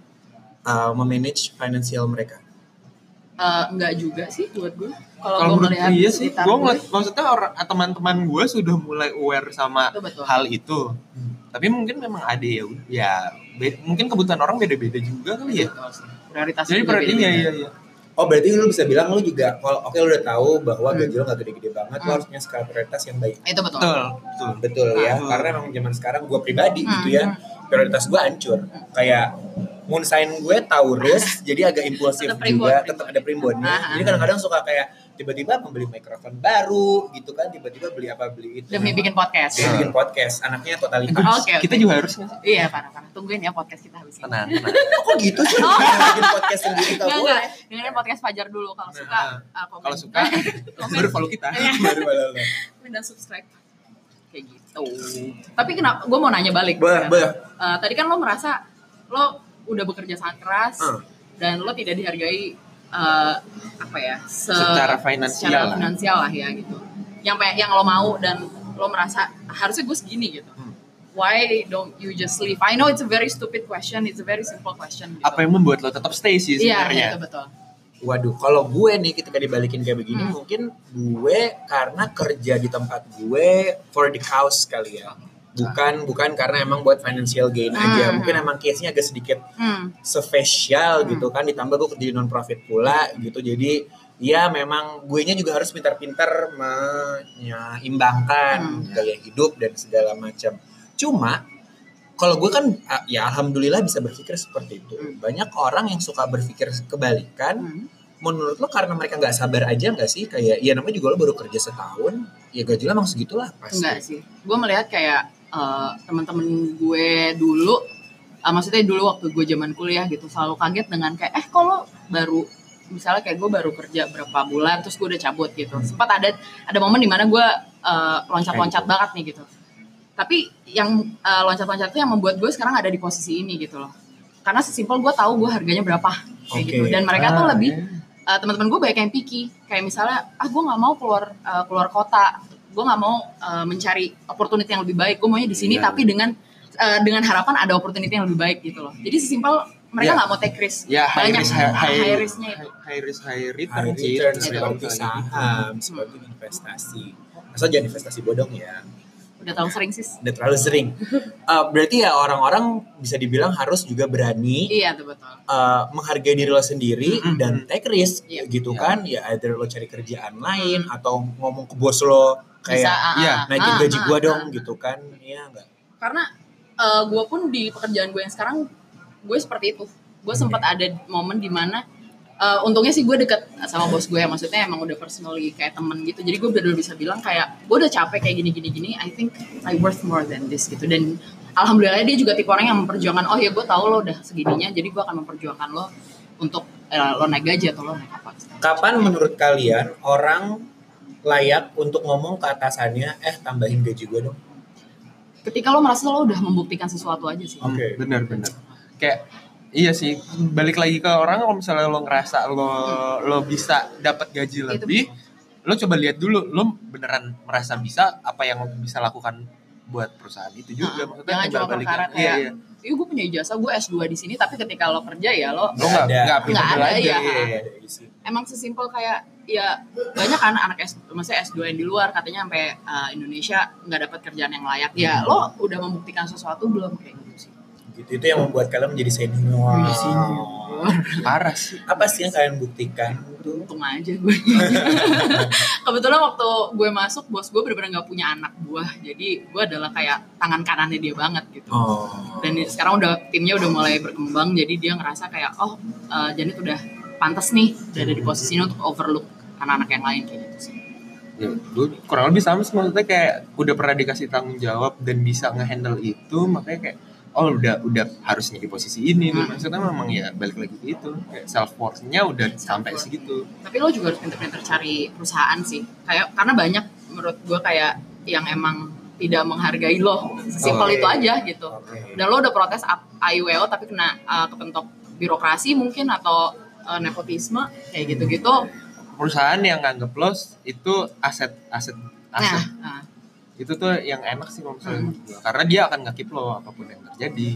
[SPEAKER 1] uh, memanage finansial mereka?
[SPEAKER 3] Eh, enggak juga sih buat gue.
[SPEAKER 2] kalau
[SPEAKER 3] Kalau gue
[SPEAKER 2] menurut
[SPEAKER 3] melihat
[SPEAKER 2] dia sih
[SPEAKER 3] sekitar
[SPEAKER 2] gue
[SPEAKER 3] gue,
[SPEAKER 2] ngeliat maksudnya orang eh, teman-teman gue sudah mulai aware sama
[SPEAKER 3] Itu betul.
[SPEAKER 2] hal itu
[SPEAKER 1] Hmm.
[SPEAKER 2] tapi mungkin memang ada ya ya be- mungkin kebutuhan orang beda-beda juga kali ya
[SPEAKER 3] prioritasnya
[SPEAKER 2] jadi
[SPEAKER 3] juga
[SPEAKER 2] berarti
[SPEAKER 3] beda.
[SPEAKER 2] ya iya iya
[SPEAKER 1] Oh berarti lu bisa bilang lu juga kalau oke lu udah tahu bahwa
[SPEAKER 3] Hmm.
[SPEAKER 1] gaji lu gak gede-gede banget, lu
[SPEAKER 3] Hmm.
[SPEAKER 1] harusnya skala prioritas yang baik.
[SPEAKER 3] Itu betul.
[SPEAKER 2] betul betul
[SPEAKER 1] Betul ya,
[SPEAKER 2] Hmm.
[SPEAKER 1] karena emang zaman sekarang gue pribadi
[SPEAKER 3] Hmm,
[SPEAKER 1] gitu ya, prioritas gue hancur. Kayak moonsign gue
[SPEAKER 3] [LAUGHS]
[SPEAKER 1] Taurus, jadi agak impulsif
[SPEAKER 3] Tetap primbon,
[SPEAKER 1] juga,
[SPEAKER 3] primbon.
[SPEAKER 1] tetap ada primbonnya.
[SPEAKER 3] Ah, ah.
[SPEAKER 1] Jadi kadang-kadang suka kayak tiba-tiba membeli mikrofon baru gitu kan, tiba-tiba beli apa beli itu.
[SPEAKER 3] Demi bikin podcast.
[SPEAKER 1] Dia bikin podcast, anaknya totalitas.
[SPEAKER 3] Oke, oke.
[SPEAKER 2] kita juga harus nggak sih?
[SPEAKER 3] Iya, parah-parah. Tungguin ya podcast kita habis ini.
[SPEAKER 2] tenang tenang
[SPEAKER 1] Kok, kok gitu [LAUGHS] sih? bikin podcast sendiri
[SPEAKER 3] Enggak,
[SPEAKER 1] gak
[SPEAKER 3] enggak.
[SPEAKER 1] boleh.
[SPEAKER 3] Dengerin podcast Fajar dulu kalau
[SPEAKER 2] Nah,
[SPEAKER 3] suka. uh, komen.
[SPEAKER 2] kalau
[SPEAKER 3] [LAUGHS]
[SPEAKER 2] suka
[SPEAKER 3] komen
[SPEAKER 2] baru follow kita
[SPEAKER 3] Iya.
[SPEAKER 1] Baru malah lo.
[SPEAKER 3] komen dan subscribe. Kayak gitu. Tapi kenapa gue mau nanya balik.
[SPEAKER 1] Boleh,
[SPEAKER 3] Kan?
[SPEAKER 1] boleh.
[SPEAKER 3] Eh, tadi kan lo merasa lo udah bekerja sangat keras
[SPEAKER 1] Hmm.
[SPEAKER 3] dan lo tidak dihargai eh, apa ya? se-
[SPEAKER 2] Secara finansial
[SPEAKER 3] secara
[SPEAKER 2] lah.
[SPEAKER 3] finansial lah ya gitu. Yang pe- yang lo mau dan lo merasa harusnya gue segini gitu.
[SPEAKER 1] Hmm.
[SPEAKER 3] Why don't you just leave? I know it's a very stupid question, it's a very simple question. Gitu.
[SPEAKER 2] apa yang membuat lo tetap stay sih
[SPEAKER 3] Iya, itu
[SPEAKER 2] sebenarnya
[SPEAKER 3] betul.
[SPEAKER 1] Waduh, kalau gue nih ketika dibalikin kayak begini,
[SPEAKER 3] Hmm.
[SPEAKER 1] mungkin gue karena kerja di tempat gue for the cause kali ya. Bukan bukan karena emang buat financial gain aja.
[SPEAKER 3] Hmm.
[SPEAKER 1] Mungkin emang case-nya agak sedikit
[SPEAKER 3] Hmm.
[SPEAKER 1] spesial
[SPEAKER 3] Hmm.
[SPEAKER 1] gitu kan ditambah gue kerja di non profit pula gitu. Jadi ya memang gue nya juga harus pintar-pintar menyeimbangkan
[SPEAKER 3] Hmm.
[SPEAKER 1] gaya hidup dan segala macam. Cuma kalau gue kan ah, ya alhamdulillah bisa berpikir seperti itu.
[SPEAKER 3] Hmm.
[SPEAKER 1] Banyak orang yang suka berpikir kebalikan
[SPEAKER 3] Hmm.
[SPEAKER 1] menurut lo karena mereka nggak sabar aja nggak sih kayak ya namanya juga lo baru kerja setahun ya gaji lo emang segitulah pasti
[SPEAKER 3] Enggak sih. Gue melihat kayak eh, teman-teman gue dulu, eh, maksudnya dulu waktu gue zaman kuliah gitu selalu kaget dengan kayak eh kalau baru misalnya kayak gue baru kerja berapa bulan terus gue udah cabut gitu. Sempat ada ada momen dimana gue eh,
[SPEAKER 1] Kayak
[SPEAKER 3] loncat-loncat
[SPEAKER 1] gitu.
[SPEAKER 3] banget nih gitu. Tapi yang eh, loncat-loncat itu yang membuat gue sekarang ada di posisi ini gitu loh. Karena sesimpel gue tahu gue harganya berapa kayak
[SPEAKER 1] Oke.
[SPEAKER 3] gitu. Dan mereka tuh
[SPEAKER 2] Ah,
[SPEAKER 3] lebih
[SPEAKER 2] iya.
[SPEAKER 3] Eh, teman-teman gue banyak yang picky kayak misalnya ah gue nggak mau keluar eh, keluar kota gue nggak mau eh, mencari opportunity yang lebih baik gue maunya di sini
[SPEAKER 2] Iya.
[SPEAKER 3] tapi dengan eh, dengan harapan ada opportunity yang lebih baik gitu loh jadi sesimpel mereka
[SPEAKER 1] Iya.
[SPEAKER 3] nggak mau take risk
[SPEAKER 2] ya high
[SPEAKER 3] banyak
[SPEAKER 2] risk high, high,
[SPEAKER 3] high risk-nya itu.
[SPEAKER 2] high risk high return
[SPEAKER 1] High
[SPEAKER 2] sih
[SPEAKER 1] return,
[SPEAKER 3] Iya,
[SPEAKER 1] seperti
[SPEAKER 2] Iya.
[SPEAKER 1] saham seperti
[SPEAKER 3] Hmm.
[SPEAKER 1] investasi asal jangan investasi bodong ya
[SPEAKER 3] udah terlalu sering sis
[SPEAKER 1] udah terlalu
[SPEAKER 3] [LAUGHS]
[SPEAKER 1] sering Eh, berarti ya orang-orang bisa dibilang harus juga berani
[SPEAKER 3] iya tuh betul
[SPEAKER 1] eh, menghargai diri lo sendiri
[SPEAKER 2] Mm-mm.
[SPEAKER 1] dan take risk
[SPEAKER 3] Iya.
[SPEAKER 1] gitu
[SPEAKER 2] Iya.
[SPEAKER 1] kan ya either lo cari kerjaan lain atau ngomong ke bos lo kayak
[SPEAKER 3] bisa ah,
[SPEAKER 2] iya,
[SPEAKER 3] ah,
[SPEAKER 1] naikin
[SPEAKER 3] ah,
[SPEAKER 1] gaji
[SPEAKER 3] ah,
[SPEAKER 1] gua
[SPEAKER 3] ah.
[SPEAKER 1] dong gitu kan ya enggak
[SPEAKER 3] karena gue pun di pekerjaan gue yang sekarang gue seperti itu gue sempat ada momen dimana eh, untungnya sih gue deket sama bos gue maksudnya emang udah personally kayak temen gitu jadi gue bener bisa bilang kayak gue udah capek kayak gini gini gini I think I worth more than this gitu dan alhamdulillah dia juga tipe orang yang memperjuangkan oh ya gue tahu lo udah segininya jadi gue akan memperjuangkan lo untuk eh, lo naik gaji atau lo naik apa
[SPEAKER 1] Kapan menurut kalian orang layak untuk ngomong ke atasannya, eh tambahin gaji gue dong?
[SPEAKER 3] ketika lo merasa lo udah membuktikan sesuatu aja sih
[SPEAKER 1] Oke.
[SPEAKER 2] Hmm, benar benar kayak iya sih balik lagi ke orang kalau misalnya lo ngerasa lo lo bisa dapat gaji
[SPEAKER 3] Iya,
[SPEAKER 2] lebih lo coba lihat dulu lo beneran merasa bisa apa yang lo bisa lakukan buat perusahaan itu juga
[SPEAKER 3] Nah,
[SPEAKER 2] maksudnya
[SPEAKER 3] jangan
[SPEAKER 2] timbal
[SPEAKER 3] cuma
[SPEAKER 2] balikan.
[SPEAKER 3] perkara
[SPEAKER 2] iya,
[SPEAKER 3] kayak
[SPEAKER 2] iya.
[SPEAKER 3] iya gue punya ijazah gue S 2 di sini tapi ketika lo kerja ya lo
[SPEAKER 2] lo nggak
[SPEAKER 1] Oh, Nggak
[SPEAKER 2] nggak
[SPEAKER 1] ada.
[SPEAKER 2] pindah
[SPEAKER 3] Nggak ada,
[SPEAKER 2] aja
[SPEAKER 3] iya.
[SPEAKER 2] iya, iya.
[SPEAKER 3] emang sesimpel kayak ya banyak kan anak S maksudnya S2 yang di luar katanya sampai eh, uh, Indonesia nggak dapat kerjaan yang layak. Ya lo udah membuktikan sesuatu belum kayak gitu sih.
[SPEAKER 1] Oke. gitu itu yang membuat kalian menjadi senior
[SPEAKER 3] Wih, Iya, senior.
[SPEAKER 2] parah sih
[SPEAKER 1] apa sih yang kalian buktikan tuh
[SPEAKER 3] untung aja gue [LAUGHS] kebetulan waktu gue masuk bos gue benar-benar nggak punya anak buah jadi gue adalah kayak tangan kanannya dia banget gitu
[SPEAKER 1] oh
[SPEAKER 3] dan sekarang udah timnya udah mulai berkembang jadi dia ngerasa kayak oh eh, Janet udah pantas nih udah ada di posisi ini untuk overlook anak-anak yang lain kayak gitu sih
[SPEAKER 2] ya, gue kurang lebih sama sih maksudnya kayak udah pernah dikasih tanggung jawab dan bisa ngehandle itu makanya kayak oh udah udah harusnya di posisi ini nih.
[SPEAKER 3] Hmm.
[SPEAKER 2] maksudnya memang ya balik lagi ke itu kayak self worth-nya udah sampai segitu
[SPEAKER 3] tapi lo juga harus pinter-pinter cari perusahaan sih kayak karena banyak menurut gue kayak yang emang tidak menghargai lo sesimpel
[SPEAKER 2] Oh,
[SPEAKER 3] itu aja gitu
[SPEAKER 1] oke
[SPEAKER 3] dan lo udah protes ap- AIWO tapi kena uh, kepentok birokrasi mungkin atau uh, nepotisme kayak gitu-gitu
[SPEAKER 2] perusahaan yang nganggep los itu aset aset
[SPEAKER 3] nah,
[SPEAKER 2] aset
[SPEAKER 3] nah,
[SPEAKER 2] itu tuh yang enak sih kalau misalnya
[SPEAKER 3] Hmm.
[SPEAKER 2] menurut gua. karena dia akan ngakip lo apapun yang terjadi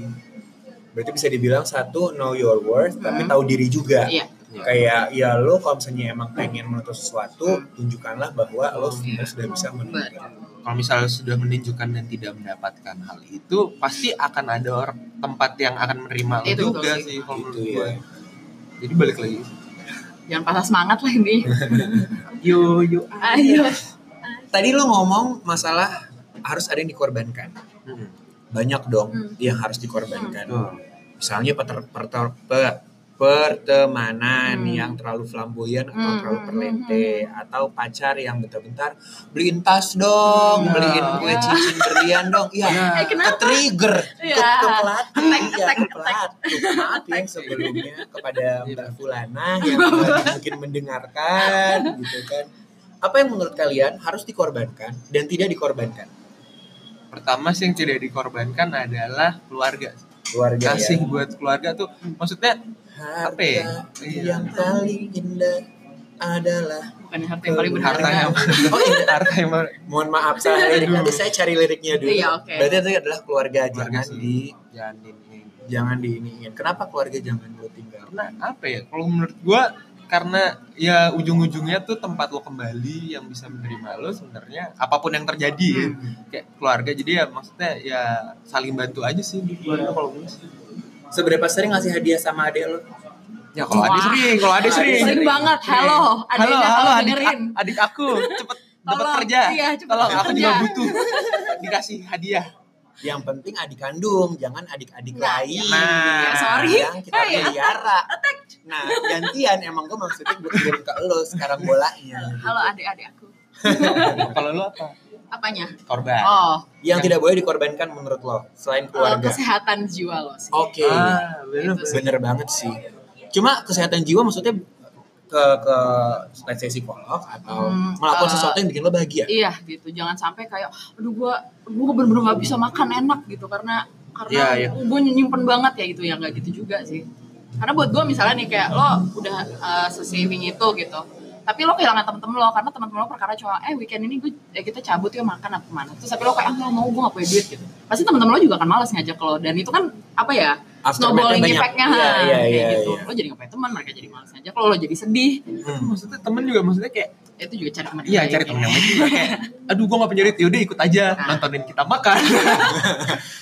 [SPEAKER 1] berarti bisa dibilang satu know your worth tapi
[SPEAKER 3] Hmm.
[SPEAKER 1] tahu diri juga
[SPEAKER 3] iya
[SPEAKER 2] Ya.
[SPEAKER 1] kayak ya lo kalau misalnya emang pengen menutup sesuatu tunjukkanlah bahwa lo
[SPEAKER 3] Iya.
[SPEAKER 1] sudah, sudah bisa menutup
[SPEAKER 2] kalau misalnya sudah menunjukkan dan tidak mendapatkan hal itu pasti akan ada orang tempat yang akan menerima lo
[SPEAKER 3] Itu
[SPEAKER 2] juga
[SPEAKER 3] betul sih.
[SPEAKER 2] sih kalau menurut
[SPEAKER 1] Gitu
[SPEAKER 2] gua.
[SPEAKER 1] ya.
[SPEAKER 2] jadi balik lagi
[SPEAKER 3] jangan patah semangat lah ini
[SPEAKER 2] yo yo
[SPEAKER 3] ayo
[SPEAKER 1] tadi lo ngomong masalah harus ada yang dikorbankan
[SPEAKER 2] Hmm.
[SPEAKER 1] banyak dong
[SPEAKER 3] Hmm.
[SPEAKER 1] yang harus dikorbankan
[SPEAKER 2] Tuh.
[SPEAKER 1] misalnya peter, perter- pe- pertemanan
[SPEAKER 3] Hmm.
[SPEAKER 1] yang terlalu flamboyan atau
[SPEAKER 3] Hmm,
[SPEAKER 1] terlalu
[SPEAKER 3] hmm,
[SPEAKER 1] perlente atau pacar yang bentar-bentar beliin tas dong,
[SPEAKER 3] Iya.
[SPEAKER 2] Hmm.
[SPEAKER 1] beliin
[SPEAKER 2] Ya.
[SPEAKER 1] gue cincin berlian dong,
[SPEAKER 2] Ya.
[SPEAKER 1] ya
[SPEAKER 3] Eh,
[SPEAKER 1] ke
[SPEAKER 3] kenapa
[SPEAKER 1] trigger,
[SPEAKER 3] Ya.
[SPEAKER 1] ke ke pelatih, ya
[SPEAKER 3] ketek,
[SPEAKER 1] ke pelatih. Maaf ya sebelumnya kepada Mbak Fulana yang
[SPEAKER 3] Iya.
[SPEAKER 1] mungkin mendengarkan gitu kan. Apa yang menurut kalian harus dikorbankan dan tidak dikorbankan?
[SPEAKER 2] pertama sih yang tidak dikorbankan adalah keluarga
[SPEAKER 1] Keluarga
[SPEAKER 2] kasih
[SPEAKER 1] ya.
[SPEAKER 2] buat keluarga tuh maksudnya
[SPEAKER 1] Harta
[SPEAKER 2] Apa ya?
[SPEAKER 1] yang paling indah adalah
[SPEAKER 3] bukan harta yang paling kan?
[SPEAKER 2] harta
[SPEAKER 3] berharga
[SPEAKER 2] yang
[SPEAKER 1] Oh,
[SPEAKER 2] [LAUGHS]
[SPEAKER 1] iya.
[SPEAKER 2] harta yang
[SPEAKER 1] mohon maaf saya lirik
[SPEAKER 2] Aduh.
[SPEAKER 1] nanti saya cari liriknya dulu.
[SPEAKER 3] Iya, oke.
[SPEAKER 1] Berarti itu adalah keluarga,
[SPEAKER 2] Keluarga
[SPEAKER 1] jangan
[SPEAKER 2] sih.
[SPEAKER 1] di
[SPEAKER 2] janin ini
[SPEAKER 1] jangan diiniin. Kenapa keluarga jangan lo tinggal?
[SPEAKER 2] karena apa ya kalau menurut gua karena ya ujung-ujungnya tuh tempat lo kembali yang bisa menerima lo sebenarnya apapun yang terjadi ya. kayak keluarga jadi ya maksudnya ya saling bantu aja sih di keluarga kalau gue sih
[SPEAKER 1] Seberapa sering ngasih hadiah sama adek lo?
[SPEAKER 2] ya kalau Adi
[SPEAKER 3] Wah.
[SPEAKER 2] sering kalau Adi
[SPEAKER 1] Wah,
[SPEAKER 2] sering
[SPEAKER 1] Adi
[SPEAKER 3] sering banget halo ada
[SPEAKER 2] halo
[SPEAKER 3] yang
[SPEAKER 2] halo
[SPEAKER 3] kalau
[SPEAKER 2] adik,
[SPEAKER 3] dengerin
[SPEAKER 2] adik aku cepet dapat
[SPEAKER 3] Tolong,
[SPEAKER 2] kerja
[SPEAKER 3] iya, cepet
[SPEAKER 2] tolong aku
[SPEAKER 3] kerja.
[SPEAKER 2] juga butuh dikasih hadiah
[SPEAKER 1] Yang penting adik kandung, jangan adik-adik
[SPEAKER 3] Nah,
[SPEAKER 1] lain.
[SPEAKER 2] nah. Ya,
[SPEAKER 3] sorry.
[SPEAKER 1] Yang kita
[SPEAKER 3] Hey,
[SPEAKER 1] pelihara. Nah, gantian emang gue maksudnya gue kirim ke lo sekarang bolanya.
[SPEAKER 3] halo adik-adik aku
[SPEAKER 2] kalau lo apa
[SPEAKER 3] apanya
[SPEAKER 2] korban
[SPEAKER 3] oh
[SPEAKER 1] Yang tidak boleh dikorbankan menurut lo selain
[SPEAKER 3] eh,
[SPEAKER 1] keluarga.
[SPEAKER 3] kesehatan jiwa lo sih
[SPEAKER 1] Oke.
[SPEAKER 2] ah bener
[SPEAKER 3] Itu Gitu sih.
[SPEAKER 1] Iya, Bener banget sih. Cuma kesehatan jiwa maksudnya ke ke let's say psikolog atau
[SPEAKER 3] Hmm,
[SPEAKER 1] melakukan
[SPEAKER 3] eh,
[SPEAKER 1] sesuatu yang bikin lo bahagia.
[SPEAKER 3] Iya gitu, jangan sampai kayak, aduh gue gue bener-bener gak bisa makan enak gitu karena
[SPEAKER 2] Iya,
[SPEAKER 3] karena
[SPEAKER 2] iya.
[SPEAKER 3] gue nyimpen banget ya gitu ya nggak gitu juga sih. Karena buat gue misalnya nih kayak lo udah uh, sesaving itu gitu, tapi lo kehilangan temen-temen lo karena temen-temen lo perkara cuma eh weekend ini gue eh, kita cabut ya makan apa mana, terus tapi lo kayak ah nggak mau gue gak punya duit gitu. Pasti temen-temen lo juga akan malas ngajak lo dan itu kan apa ya
[SPEAKER 1] Aftermath-nya
[SPEAKER 3] snowballing
[SPEAKER 1] banyak.
[SPEAKER 3] effect-nya
[SPEAKER 1] Iya,
[SPEAKER 3] ha,
[SPEAKER 1] iya,
[SPEAKER 3] kayak
[SPEAKER 1] iya,
[SPEAKER 3] gitu.
[SPEAKER 1] iya.
[SPEAKER 3] Lo jadi gak punya teman, mereka jadi malas ngajak lo, lo jadi sedih.
[SPEAKER 1] Hmm.
[SPEAKER 2] maksudnya temen juga maksudnya kayak
[SPEAKER 3] Itu juga cari teman. yang
[SPEAKER 2] Iya
[SPEAKER 3] baik,
[SPEAKER 2] cari
[SPEAKER 3] ya.
[SPEAKER 2] temen yang baik juga
[SPEAKER 3] [LAUGHS]
[SPEAKER 2] kayak Aduh gue gak punya duit yaudah ikut aja
[SPEAKER 3] Nah.
[SPEAKER 2] Nontonin kita makan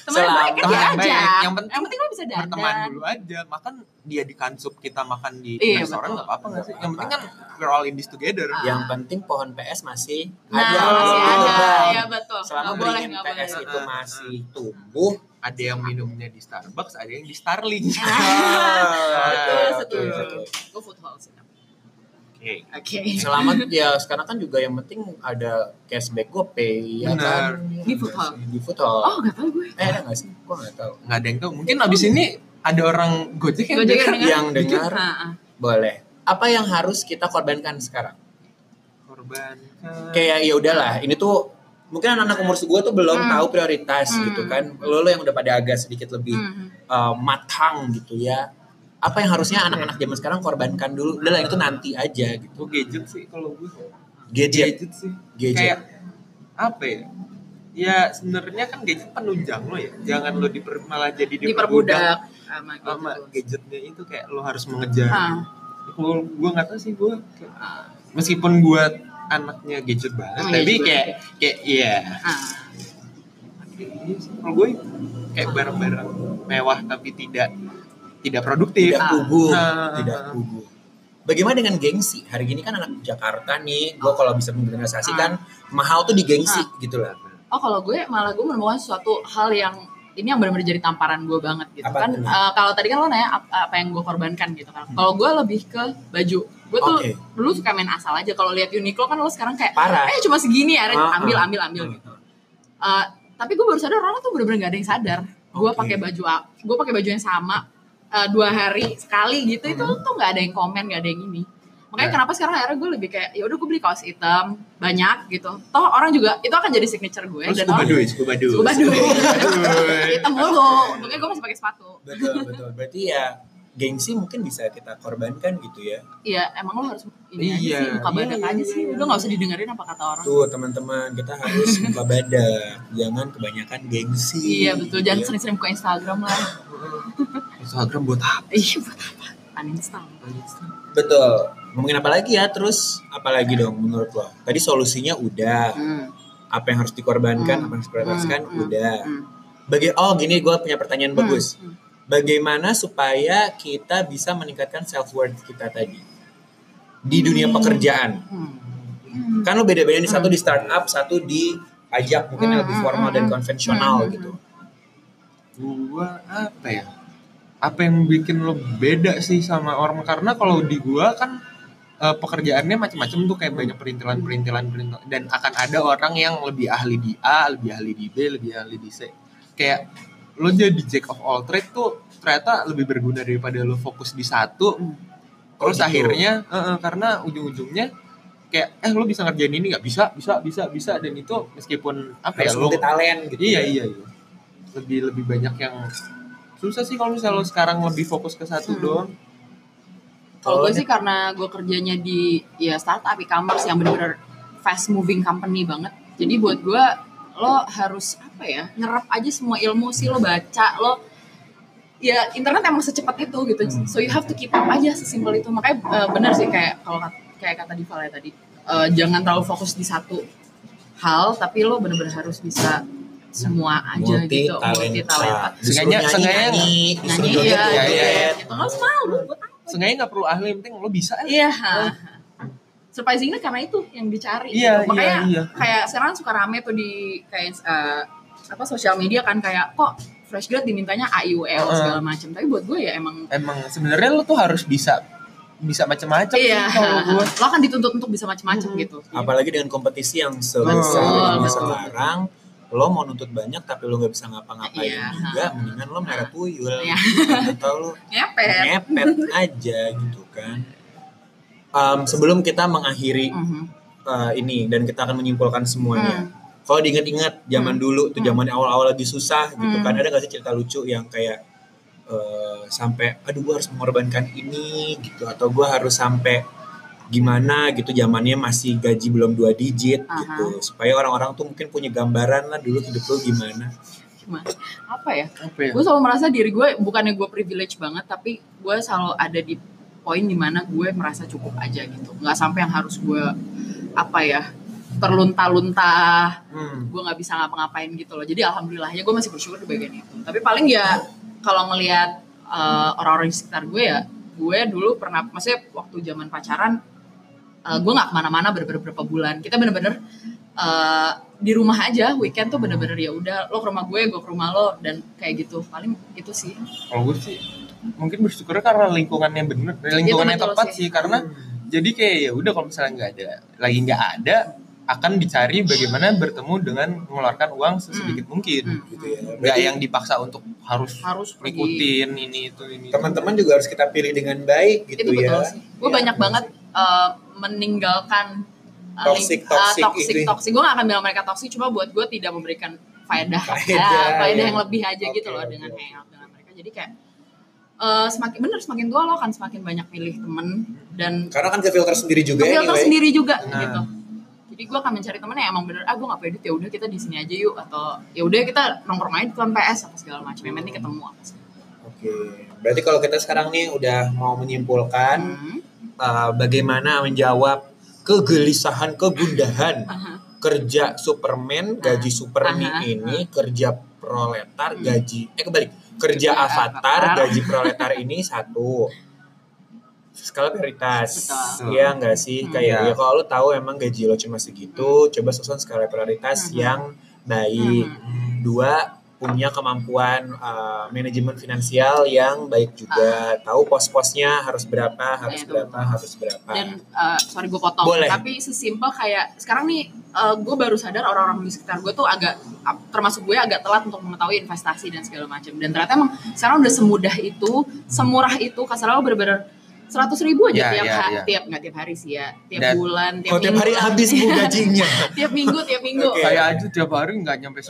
[SPEAKER 3] Temen yang baik kan
[SPEAKER 2] Temen yang
[SPEAKER 3] diajak.
[SPEAKER 2] baik. Yang
[SPEAKER 3] Yang
[SPEAKER 2] penting
[SPEAKER 3] penting, lo bisa
[SPEAKER 2] [LAUGHS] Berteman
[SPEAKER 3] dandan.
[SPEAKER 2] dulu aja Makan dia di kansup kita makan di
[SPEAKER 3] Iya,
[SPEAKER 2] restoran
[SPEAKER 3] betul.
[SPEAKER 2] gak apa-apa gak sih Yang
[SPEAKER 1] Nggak
[SPEAKER 2] penting kan we're all in this together
[SPEAKER 3] Ah.
[SPEAKER 1] Yang penting pohon PS masih
[SPEAKER 3] Nah,
[SPEAKER 1] ada.
[SPEAKER 3] masih
[SPEAKER 1] Bang.
[SPEAKER 3] ada. Ya betul.
[SPEAKER 1] Selama
[SPEAKER 3] Nggak boleh,
[SPEAKER 1] beringin
[SPEAKER 3] nggak boleh.
[SPEAKER 1] PS itu
[SPEAKER 2] Ah, ah,
[SPEAKER 1] masih
[SPEAKER 3] [LAUGHS]
[SPEAKER 1] tumbuh.
[SPEAKER 2] Ada yang minumnya di Starbucks Ada yang di Starling
[SPEAKER 3] Ah. Betul,
[SPEAKER 1] Ah,
[SPEAKER 3] setuju.
[SPEAKER 1] oke, oke.
[SPEAKER 3] Gue football sih. tapi.
[SPEAKER 2] [LAUGHS] Oke
[SPEAKER 3] Oke.
[SPEAKER 1] Selamat ya sekarang kan juga yang penting ada cashback GoPay ya kan.
[SPEAKER 3] Di futsal.
[SPEAKER 1] Di futsal.
[SPEAKER 3] Oh, nggak tahu gue.
[SPEAKER 1] Eh ada nggak sih? Gua nggak tahu.
[SPEAKER 2] Gak ada yang tau Mungkin abis ini ada orang Gojek yang Iya.
[SPEAKER 3] Gojek
[SPEAKER 2] denger.
[SPEAKER 3] Dengar.
[SPEAKER 1] Yang dengar
[SPEAKER 3] Ah, ah.
[SPEAKER 1] boleh. Apa yang harus kita korbankan sekarang?
[SPEAKER 2] korban
[SPEAKER 1] kayak ya udahlah ini tuh mungkin anak-anak umur gue tuh belum
[SPEAKER 3] Hmm.
[SPEAKER 1] tahu prioritas
[SPEAKER 3] Hmm.
[SPEAKER 1] gitu kan lo, lo yang udah pada agak sedikit lebih
[SPEAKER 3] Mhm.
[SPEAKER 1] uh, matang gitu ya apa yang harusnya anak-anak zaman sekarang korbankan dulu udahlah itu nanti aja gitu
[SPEAKER 2] Gue "Oh, gadget sih kalau gue
[SPEAKER 1] gadget
[SPEAKER 2] Gadget sih
[SPEAKER 1] gadget
[SPEAKER 2] kayak apa ya ya sebenarnya kan gadget penunjang lo ya jangan lo diper, malah jadi diperbudak
[SPEAKER 3] Diperbudak sama gitu.
[SPEAKER 2] sama gadgetnya itu kayak lo harus mengejar
[SPEAKER 3] Ah,
[SPEAKER 2] Kalau gue nggak tahu sih gue kayak- meskipun gue anaknya gadget banget
[SPEAKER 3] Oh,
[SPEAKER 2] tapi
[SPEAKER 3] gadget
[SPEAKER 2] kayak kayak iya
[SPEAKER 3] ah.
[SPEAKER 2] Iya sih, Kalau gue kayak bar-bar mewah tapi tidak tidak produktif.
[SPEAKER 1] tidak gugup,
[SPEAKER 2] Ah.
[SPEAKER 1] tidak gugup. Bagaimana dengan gengsi? Hari ini kan anak Jakarta nih, gue kalau bisa menggeneralisasi kan mahal tuh di gengsi gitu lah.
[SPEAKER 3] oh kalau gue malah gue menemukan suatu hal yang ini yang benar-benar jadi tamparan gue banget gitu
[SPEAKER 1] Apa
[SPEAKER 3] kan
[SPEAKER 1] tuh?
[SPEAKER 3] eh, kalau tadi kan lo nanya ap- apa yang gue korbankan gitu kan kalau gue lebih ke baju gue tuh
[SPEAKER 1] Oke.
[SPEAKER 3] dulu suka main asal aja kalau lihat Uniqlo kan lo sekarang kayak
[SPEAKER 1] Parah.
[SPEAKER 3] eh cuma segini ya Ren.
[SPEAKER 1] Ah, ah.
[SPEAKER 3] ambil ambil ambil gitu Eh, tapi gue baru sadar orang tuh bener-bener gak ada yang sadar gue
[SPEAKER 1] Oke.
[SPEAKER 3] pakai baju a- gue pakai baju yang sama eh, dua hari sekali gitu itu tuh nggak ada yang komen nggak ada yang ini makanya
[SPEAKER 1] Hmm. Ya.
[SPEAKER 3] kenapa sekarang akhirnya gue lebih kayak ya udah gue beli kaos hitam banyak gitu toh orang juga itu akan jadi signature gue
[SPEAKER 2] Terus
[SPEAKER 3] dan
[SPEAKER 2] scuba
[SPEAKER 3] orang
[SPEAKER 2] duit, scuba
[SPEAKER 1] gitu.
[SPEAKER 2] duit.
[SPEAKER 3] Scuba duit.
[SPEAKER 2] [LAUGHS]
[SPEAKER 3] [LAUGHS]
[SPEAKER 2] duit.
[SPEAKER 3] hitam mulu untungnya gue masih pakai sepatu
[SPEAKER 1] Betul betul. Berarti ya gengsi mungkin bisa kita korbankan gitu ya.
[SPEAKER 3] iya emang lo harus ini
[SPEAKER 2] Iya.
[SPEAKER 3] aja sih buka
[SPEAKER 1] Iya,
[SPEAKER 3] badak
[SPEAKER 1] iya,
[SPEAKER 3] aja
[SPEAKER 1] iya,
[SPEAKER 3] sih
[SPEAKER 1] iya.
[SPEAKER 3] lo nggak usah didengerin apa kata orang
[SPEAKER 1] Tuh teman-teman kita harus
[SPEAKER 3] [LAUGHS]
[SPEAKER 1] buka badak, jangan kebanyakan gengsi.
[SPEAKER 3] iya betul jangan
[SPEAKER 1] Iya.
[SPEAKER 3] sering-sering buka Instagram lah
[SPEAKER 2] Instagram buat apa?
[SPEAKER 3] iya buat apa uninstall
[SPEAKER 1] Betul. Ngomongin apa lagi ya? Terus apa lagi dong menurut lo? Tadi solusinya udah.
[SPEAKER 3] hmm.
[SPEAKER 1] Apa yang harus dikorbankan,
[SPEAKER 3] Hmm.
[SPEAKER 1] apa yang harus diprioritaskan
[SPEAKER 3] Hmm, hmm,
[SPEAKER 1] udah.
[SPEAKER 3] hmm.
[SPEAKER 1] Bagi oh gini gue punya pertanyaan bagus.
[SPEAKER 3] Hmm.
[SPEAKER 1] bagaimana supaya kita bisa meningkatkan self worth kita tadi di dunia
[SPEAKER 3] Mm.
[SPEAKER 1] pekerjaan
[SPEAKER 3] Hmm.
[SPEAKER 1] kan lo beda-beda nih satu
[SPEAKER 3] Hmm.
[SPEAKER 1] di startup satu di pajak mungkin yang lebih
[SPEAKER 3] Hmm,
[SPEAKER 1] formal
[SPEAKER 3] hmm,
[SPEAKER 1] dan
[SPEAKER 3] hmm.
[SPEAKER 1] konvensional
[SPEAKER 3] Hmm,
[SPEAKER 1] gitu
[SPEAKER 2] gua apa ya apa yang bikin lo beda sih sama orang karena kalau di gua kan eh, pekerjaannya macam-macam tuh kayak banyak perintilan perintilan perintilan dan akan ada orang yang lebih ahli di A lebih ahli di B lebih ahli di C kayak lo jadi jack of all trade tuh ternyata lebih berguna daripada lo fokus di satu
[SPEAKER 3] Hmm.
[SPEAKER 2] terus
[SPEAKER 1] gitu.
[SPEAKER 2] akhirnya eh, eh, karena ujung-ujungnya kayak eh lo bisa ngerjain ini nggak bisa bisa bisa bisa dan itu meskipun apa
[SPEAKER 1] harus
[SPEAKER 2] ya lo
[SPEAKER 1] multi talent gitu
[SPEAKER 2] Iya iya iya. Lebih lebih banyak yang susah sih kalau misalnya lo sekarang lebih fokus ke satu
[SPEAKER 3] Hmm.
[SPEAKER 2] doang.
[SPEAKER 3] Kalau gue
[SPEAKER 1] Kalau-
[SPEAKER 3] sih karena gue kerjanya di ya startup e-commerce yang benar-benar fast moving company banget. Jadi buat gue lo harus apa ya nyerap aja semua ilmu sih lo baca lo ya internet emang secepat itu gitu. So you have to keep up aja sesimpel itu. Makanya eh, benar sih kayak kalau kat- kayak kata Diva ya tadi eh, jangan terlalu fokus di satu hal tapi lo benar-benar harus bisa semua aja
[SPEAKER 1] multi
[SPEAKER 3] gitu multi talenta
[SPEAKER 1] talenta
[SPEAKER 2] Sengaja- sengaja
[SPEAKER 1] disuruh
[SPEAKER 3] nyanyi
[SPEAKER 1] joget
[SPEAKER 3] ya,
[SPEAKER 2] iya, iya,
[SPEAKER 1] joget
[SPEAKER 3] gitu. Lo mau lo buat
[SPEAKER 2] Seenggaknya nggak perlu ahli, yang penting lo bisa. aja.
[SPEAKER 3] [LAUGHS] Iya. Surprisingnya karena itu yang dicari.
[SPEAKER 2] Iya,
[SPEAKER 3] gitu. Makanya
[SPEAKER 2] iya, iya.
[SPEAKER 3] kayak sekarang suka rame tuh di kayak eh, apa sosial media kan kayak kok fresh grad dimintanya AIUL E segala macam. Tapi buat gue ya emang
[SPEAKER 2] Emang sebenarnya lo tuh harus bisa bisa macam-macam sih
[SPEAKER 3] iya.
[SPEAKER 2] kalau gue.
[SPEAKER 3] [LAUGHS]
[SPEAKER 2] Mm-hmm.
[SPEAKER 3] Lo kan dituntut untuk bisa macam-macam gitu.
[SPEAKER 1] apalagi dengan kompetisi yang
[SPEAKER 2] Betul,
[SPEAKER 1] sebesar ini
[SPEAKER 3] betul.
[SPEAKER 1] sekarang lo mau nuntut banyak tapi lo nggak bisa ngapa-ngapain
[SPEAKER 3] Iya.
[SPEAKER 1] juga mendingan lo merah tuyul
[SPEAKER 3] Iya.
[SPEAKER 1] atau lo
[SPEAKER 3] Ngepet.
[SPEAKER 1] ngepet aja gitu kan. Um, sebelum kita mengakhiri
[SPEAKER 3] Mhm.
[SPEAKER 1] uh, ini dan kita akan menyimpulkan semuanya.
[SPEAKER 3] Hmm.
[SPEAKER 1] Kalau diingat-ingat zaman dulu tuh zaman awal-awal lagi susah gitu
[SPEAKER 3] Hmm.
[SPEAKER 1] kan ada nggak sih cerita lucu yang kayak uh, sampai aduh gue harus mengorbankan ini gitu atau gue harus sampai gimana gitu zamannya masih gaji belum dua digit
[SPEAKER 3] Aha.
[SPEAKER 1] gitu supaya orang-orang tuh mungkin punya gambaran lah dulu hidup lo gimana.
[SPEAKER 3] Gimana? Apa ya?
[SPEAKER 2] Apa ya?
[SPEAKER 3] Gue selalu merasa diri gue bukannya gue privilege banget tapi gue selalu ada di poin dimana gue merasa cukup aja gitu. Nggak sampai yang harus gue apa ya terlunta-lunta
[SPEAKER 1] Hmm.
[SPEAKER 3] gue nggak bisa ngapa-ngapain gitu loh jadi alhamdulillahnya gue masih bersyukur di bagian itu tapi paling ya kalau ngelihat eh, orang-orang di sekitar gue ya gue dulu pernah maksudnya waktu zaman pacaran eh, gue nggak kemana-mana beberapa bulan kita bener-bener eh, di rumah aja weekend tuh bener-bener ya udah lo ke rumah gue gue ke rumah lo dan kayak gitu paling itu sih
[SPEAKER 2] Kalau gue sih mungkin bersyukur karena lingkungannya bener, lingkungannya
[SPEAKER 3] betul
[SPEAKER 2] tepat
[SPEAKER 3] Iya, sih.
[SPEAKER 2] sih.
[SPEAKER 3] Hmm.
[SPEAKER 2] karena jadi kayak ya udah kalau misalnya nggak ada lagi nggak ada akan dicari bagaimana bertemu dengan mengeluarkan uang sesedikit mungkin.
[SPEAKER 3] Hmm.
[SPEAKER 1] gitu ya.
[SPEAKER 2] nggak
[SPEAKER 1] Berarti-
[SPEAKER 2] yang dipaksa untuk harus
[SPEAKER 3] harus pergi
[SPEAKER 2] ngikutin ini itu ini itu.
[SPEAKER 1] teman-teman juga harus kita pilih dengan baik gitu
[SPEAKER 3] itu betul
[SPEAKER 1] ya.
[SPEAKER 3] sih gue
[SPEAKER 1] Ya,
[SPEAKER 3] banyak
[SPEAKER 1] betul
[SPEAKER 3] banget eh, meninggalkan eh,
[SPEAKER 1] Toxic,
[SPEAKER 3] ling- eh,
[SPEAKER 1] toxic
[SPEAKER 3] toxic,
[SPEAKER 1] itu ya.
[SPEAKER 3] toxic. gue gak akan bilang mereka toxic cuma buat gue tidak memberikan faedah
[SPEAKER 1] [LAUGHS] Faedah,
[SPEAKER 3] Ah, faedah
[SPEAKER 1] ya.
[SPEAKER 3] yang lebih aja
[SPEAKER 1] Oke,
[SPEAKER 3] gitu loh
[SPEAKER 1] oke,
[SPEAKER 3] dengan
[SPEAKER 1] oke.
[SPEAKER 3] hangout dengan mereka jadi kayak eh, semakin bener semakin tua lo akan semakin banyak milih temen dan
[SPEAKER 1] Karena kan ke filter sendiri juga ya.
[SPEAKER 3] filter
[SPEAKER 1] anyway.
[SPEAKER 3] sendiri juga
[SPEAKER 2] Nah.
[SPEAKER 3] gitu jadi gue akan mencari temen yang emang bener ah gue gak peduli ya udah kita di sini aja yuk atau ya udah kita nongkrong aja di depan PS apa segala macam yang penting ketemu apa segala
[SPEAKER 1] Oke. Berarti kalau kita sekarang nih udah mau
[SPEAKER 3] Hmm.
[SPEAKER 1] menyimpulkan
[SPEAKER 3] macam.
[SPEAKER 1] uh, bagaimana menjawab kegelisahan, kegundahan kerja Superman gaji Superman
[SPEAKER 3] aha,
[SPEAKER 1] ini kerja proletar
[SPEAKER 3] Hmm.
[SPEAKER 1] gaji eh kebalik kerja
[SPEAKER 3] Kerja
[SPEAKER 1] avatar
[SPEAKER 3] avatar.
[SPEAKER 1] gaji
[SPEAKER 3] [LAUGHS]
[SPEAKER 1] proletar ini satu skala prioritas
[SPEAKER 2] Betul.
[SPEAKER 1] Iya nggak sih
[SPEAKER 3] Hmm.
[SPEAKER 1] kayak
[SPEAKER 2] Iya.
[SPEAKER 1] ya kalau lu tahu emang gaji lo cuma segitu coba susun skala prioritas
[SPEAKER 3] Mhm.
[SPEAKER 1] yang baik
[SPEAKER 3] Hmm.
[SPEAKER 1] dua punya kemampuan uh, manajemen finansial yang baik juga tahu pos-posnya harus berapa harus
[SPEAKER 3] Ah. Iya, itu
[SPEAKER 1] berapa harus berapa
[SPEAKER 3] dan eh, sorry gue potong
[SPEAKER 1] Nah. Boleh.
[SPEAKER 3] tapi sesimpel kayak sekarang nih gue baru sadar orang-orang di sekitar gue tuh agak ap- termasuk gue agak telat untuk mengetahui investasi dan segala macam dan ternyata emang sekarang udah semudah itu semurah itu kasar lo bener-bener seratus ribu
[SPEAKER 2] Ya,
[SPEAKER 3] aja tiap
[SPEAKER 2] ya,
[SPEAKER 3] ha-
[SPEAKER 2] ya.
[SPEAKER 3] tiap nggak tiap hari sih ya tiap
[SPEAKER 2] Dan-
[SPEAKER 3] bulan tiap,
[SPEAKER 1] kalau tiap
[SPEAKER 3] minggu
[SPEAKER 1] hari
[SPEAKER 3] lah.
[SPEAKER 1] habis bu gajinya
[SPEAKER 3] [LAUGHS] tiap minggu tiap minggu
[SPEAKER 1] Oke.
[SPEAKER 2] Saya aja tiap hari nggak nyampe
[SPEAKER 1] [LAUGHS]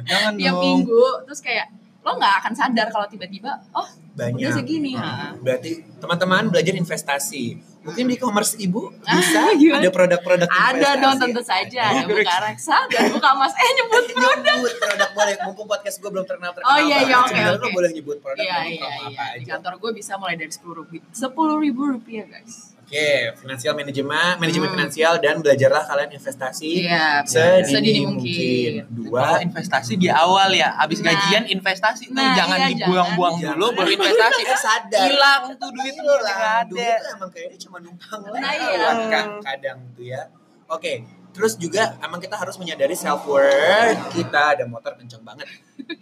[SPEAKER 2] 100 Jangan
[SPEAKER 3] tiap
[SPEAKER 2] dong.
[SPEAKER 3] minggu terus kayak lo nggak akan sadar kalau tiba-tiba oh udah
[SPEAKER 1] banyak Ah.
[SPEAKER 3] segini ha.
[SPEAKER 1] berarti teman-teman belajar investasi mungkin di e-commerce ibu
[SPEAKER 3] Ah,
[SPEAKER 1] bisa
[SPEAKER 3] gimana?
[SPEAKER 1] ada produk-produk
[SPEAKER 3] Nah, ada
[SPEAKER 1] investasi.
[SPEAKER 3] dong tentu saja ada buka reksa dan buka emas eh nyebut
[SPEAKER 1] nyebut produk boleh mumpung podcast gue belum terkenal terkenal
[SPEAKER 3] Oh, iya, iya,
[SPEAKER 1] banget.
[SPEAKER 3] oke,
[SPEAKER 1] Sebenarnya
[SPEAKER 3] oke.
[SPEAKER 1] lo boleh nyebut produk
[SPEAKER 3] Iya
[SPEAKER 1] lo
[SPEAKER 3] iya
[SPEAKER 1] promo
[SPEAKER 3] iya.
[SPEAKER 1] apa
[SPEAKER 3] Di
[SPEAKER 1] aja
[SPEAKER 3] kantor gue bisa mulai dari sepuluh ribu, sepuluh ribu rupiah guys.
[SPEAKER 1] oke finansial manajemen manajemen
[SPEAKER 3] Hmm.
[SPEAKER 1] finansial dan belajarlah kalian investasi
[SPEAKER 3] Iya.
[SPEAKER 1] sedini,
[SPEAKER 3] Sedini
[SPEAKER 1] mungkin.
[SPEAKER 3] mungkin.
[SPEAKER 1] dua
[SPEAKER 2] Wah, investasi di awal ya. Abis
[SPEAKER 3] Nah.
[SPEAKER 2] gajian investasi tuh
[SPEAKER 3] Nah,
[SPEAKER 2] jangan
[SPEAKER 3] iya,
[SPEAKER 2] dibuang-buang
[SPEAKER 1] jangan.
[SPEAKER 2] dulu baru
[SPEAKER 3] [LAUGHS]
[SPEAKER 2] investasi.
[SPEAKER 1] Saya sadar
[SPEAKER 2] Hilang tuh duit lu nggak
[SPEAKER 1] lah Iya,
[SPEAKER 2] ada.
[SPEAKER 1] duit tuh emang kayaknya cuma numpang
[SPEAKER 3] kan, Nah,
[SPEAKER 1] lewat
[SPEAKER 2] iya.
[SPEAKER 1] kan kadang tuh ya oke terus juga emang kita harus menyadari self worth kita ada motor kenceng banget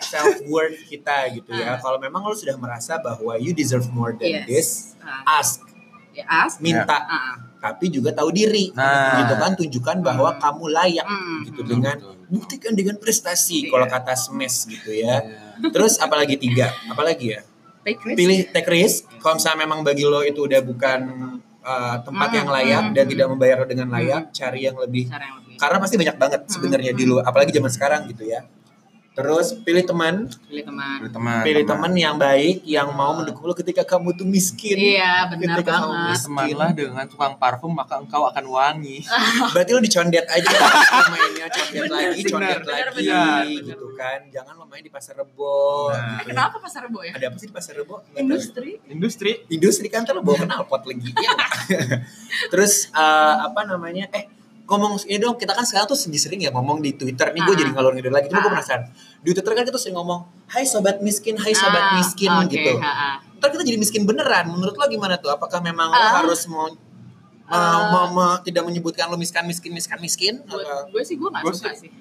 [SPEAKER 1] self worth kita gitu ya
[SPEAKER 3] Ah.
[SPEAKER 1] kalau memang lo sudah merasa bahwa you deserve more than
[SPEAKER 3] Yes.
[SPEAKER 1] this
[SPEAKER 3] Ah,
[SPEAKER 1] ask
[SPEAKER 3] ya as.
[SPEAKER 1] minta
[SPEAKER 3] Ah,
[SPEAKER 1] tapi juga tahu diri
[SPEAKER 2] Nah.
[SPEAKER 1] gitu kan tunjukkan bahwa
[SPEAKER 3] Hmm.
[SPEAKER 1] kamu layak
[SPEAKER 3] Hmm.
[SPEAKER 1] gitu dengan
[SPEAKER 2] Betul, betul.
[SPEAKER 1] buktikan dengan prestasi
[SPEAKER 3] Iya.
[SPEAKER 1] kalau kata smash gitu ya
[SPEAKER 2] Iya.
[SPEAKER 1] terus apalagi tiga apalagi ya
[SPEAKER 3] take risk.
[SPEAKER 1] pilih take risk kalau misalnya memang bagi lo itu udah bukan uh, tempat
[SPEAKER 3] Hmm,
[SPEAKER 1] yang layak
[SPEAKER 3] hmm,
[SPEAKER 1] dan
[SPEAKER 3] hmm.
[SPEAKER 1] tidak membayar lo dengan layak cari yang lebih
[SPEAKER 3] Cara yang lebih.
[SPEAKER 1] karena pasti banyak banget
[SPEAKER 3] Hmm,
[SPEAKER 1] sebenarnya di
[SPEAKER 3] hmm.
[SPEAKER 1] lo apalagi zaman sekarang gitu ya terus pilih teman
[SPEAKER 3] Pilih teman.
[SPEAKER 2] Pilih Nah, teman.
[SPEAKER 1] pilih teman yang baik yang mau mendukung lo ketika kamu tuh miskin
[SPEAKER 3] Iya benar
[SPEAKER 1] Ketika kamu
[SPEAKER 2] Pilih
[SPEAKER 3] banget.
[SPEAKER 2] Temanlah dengan tukang parfum maka engkau akan wangi.
[SPEAKER 3] Ah.
[SPEAKER 1] berarti lo dicondet aja sama ininya condet
[SPEAKER 3] Bener,
[SPEAKER 1] lagi condet
[SPEAKER 2] bener,
[SPEAKER 1] lagi
[SPEAKER 2] bener,
[SPEAKER 3] bener.
[SPEAKER 1] gitu kan jangan lo main di pasar rebo
[SPEAKER 2] Nah.
[SPEAKER 1] gitu ya.
[SPEAKER 3] Kenapa pasar rebo ya?
[SPEAKER 1] ada apa sih di pasar rebo Nggak tahu.
[SPEAKER 3] Industri.
[SPEAKER 2] Industri.
[SPEAKER 1] industri kan ntar lo
[SPEAKER 3] Iya.
[SPEAKER 1] bawa knalpot lagi ya nggak? [LAUGHS] terus eh, apa namanya eh ngomong ini dong kita kan sekarang tuh sering sering ya ngomong di twitter nih gue
[SPEAKER 3] Ah.
[SPEAKER 1] jadi ngalor ngidul lagi cuma gue
[SPEAKER 3] Ah.
[SPEAKER 1] penasaran di twitter kan kita sering ngomong hai sobat miskin hai sobat
[SPEAKER 3] Ah,
[SPEAKER 1] miskin
[SPEAKER 3] oke,
[SPEAKER 1] gitu
[SPEAKER 3] ha, ha.
[SPEAKER 1] ntar kita jadi miskin beneran menurut lo gimana tuh apakah memang lo
[SPEAKER 3] Ah.
[SPEAKER 1] harus mau mau- mau- mau- tidak menyebutkan lo miskin miskin miskin miskin Atau-
[SPEAKER 3] Buat gue sih gue nggak
[SPEAKER 2] Gua
[SPEAKER 3] suka
[SPEAKER 2] sih-
[SPEAKER 3] sih.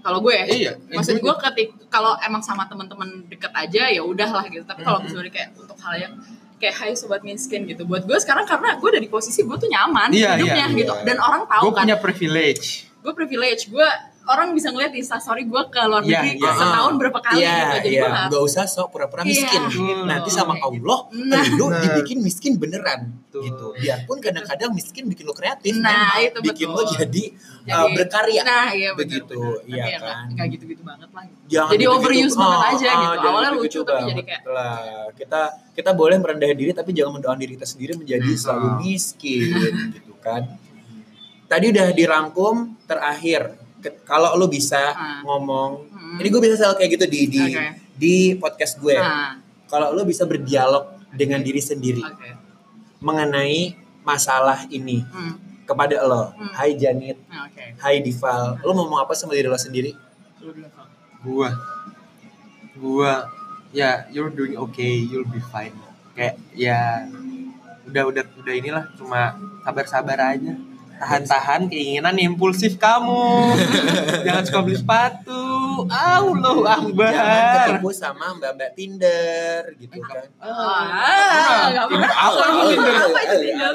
[SPEAKER 3] Kalau gue ya.
[SPEAKER 2] Iya.
[SPEAKER 3] maksud gue ketik kalau emang sama teman-teman deket aja ya udahlah gitu tapi kalau misalnya kayak untuk hal yang kayak hai sobat miskin gitu buat gue sekarang karena gue dari posisi gue tuh nyaman
[SPEAKER 2] Iya,
[SPEAKER 3] hidupnya
[SPEAKER 2] iya,
[SPEAKER 3] gitu
[SPEAKER 2] iya.
[SPEAKER 3] dan orang tahu
[SPEAKER 2] gue
[SPEAKER 3] kan
[SPEAKER 2] punya privilege.
[SPEAKER 3] gue privilege gue orang bisa ngeliat di instastory gue ke luar
[SPEAKER 2] Iya,
[SPEAKER 3] negeri
[SPEAKER 2] iya.
[SPEAKER 3] Nah, setahun berapa kali
[SPEAKER 1] Iya,
[SPEAKER 3] gitu jadi
[SPEAKER 1] iya.
[SPEAKER 3] gue nggak-
[SPEAKER 1] Nggak usah sok pura-pura miskin.
[SPEAKER 3] Iya,
[SPEAKER 2] gitu.
[SPEAKER 1] Nanti sama
[SPEAKER 3] Kayak
[SPEAKER 1] Allah,
[SPEAKER 3] Nah.
[SPEAKER 1] lu
[SPEAKER 2] Bener.
[SPEAKER 1] dibikin miskin beneran
[SPEAKER 2] Betul.
[SPEAKER 1] gitu. Biarpun kadang-kadang miskin bikin lu kreatif,
[SPEAKER 3] Nah,
[SPEAKER 1] memang.
[SPEAKER 3] itu
[SPEAKER 1] bikin
[SPEAKER 3] betul.
[SPEAKER 1] lu jadi,
[SPEAKER 3] Jadi-
[SPEAKER 2] eh,
[SPEAKER 1] uh, berkarya.
[SPEAKER 3] nah iya benar,
[SPEAKER 1] Begitu,
[SPEAKER 3] benar.
[SPEAKER 1] iya
[SPEAKER 3] Tapi ya
[SPEAKER 1] kan.
[SPEAKER 3] nggak gitu-gitu banget lah gitu.
[SPEAKER 1] Jangan
[SPEAKER 3] Jadi
[SPEAKER 1] gitu-gitu.
[SPEAKER 3] overuse
[SPEAKER 1] Ah,
[SPEAKER 3] banget aja
[SPEAKER 1] ah,
[SPEAKER 3] gitu.
[SPEAKER 1] jangan
[SPEAKER 3] Awalnya
[SPEAKER 1] gitu-gitu
[SPEAKER 3] lucu, tapi jadi
[SPEAKER 1] banget
[SPEAKER 3] kayak-
[SPEAKER 1] lah. kita kita boleh merendah diri tapi jangan mendoakan diri kita sendiri menjadi
[SPEAKER 2] Nah.
[SPEAKER 1] selalu miskin gitu kan. Tadi udah dirangkum terakhir. Ke- Kalau lu bisa
[SPEAKER 3] Ah.
[SPEAKER 1] ngomong,
[SPEAKER 3] Hmm.
[SPEAKER 1] ini gue bisa selalu kayak gitu di di
[SPEAKER 3] Oke.
[SPEAKER 1] di podcast gue.
[SPEAKER 3] nah
[SPEAKER 1] kalau lo bisa berdialog dengan diri sendiri
[SPEAKER 3] oke
[SPEAKER 1] mengenai masalah ini
[SPEAKER 3] Hmm,
[SPEAKER 1] kepada lo.
[SPEAKER 3] Hmm.
[SPEAKER 1] Hai Janit,
[SPEAKER 3] nah, oke
[SPEAKER 1] hai Dival, lo mau ngomong apa sama diri lo sendiri?
[SPEAKER 3] Lu dulu, Fal.
[SPEAKER 2] Gua. Gua. Ya, you're doing okay, you'll be fine. Kayak ya udah udah udah inilah cuma sabar-sabar aja. Tahan-tahan keinginan impulsif kamu. Jangan suka beli sepatu. Allah
[SPEAKER 1] Jangan
[SPEAKER 2] akbar.
[SPEAKER 1] ketipu sama mbak-mbak Tinder gitu kan.
[SPEAKER 3] Ah, nggak apa-apa. Apa itu Tinder?
[SPEAKER 1] Apa itu Tinder?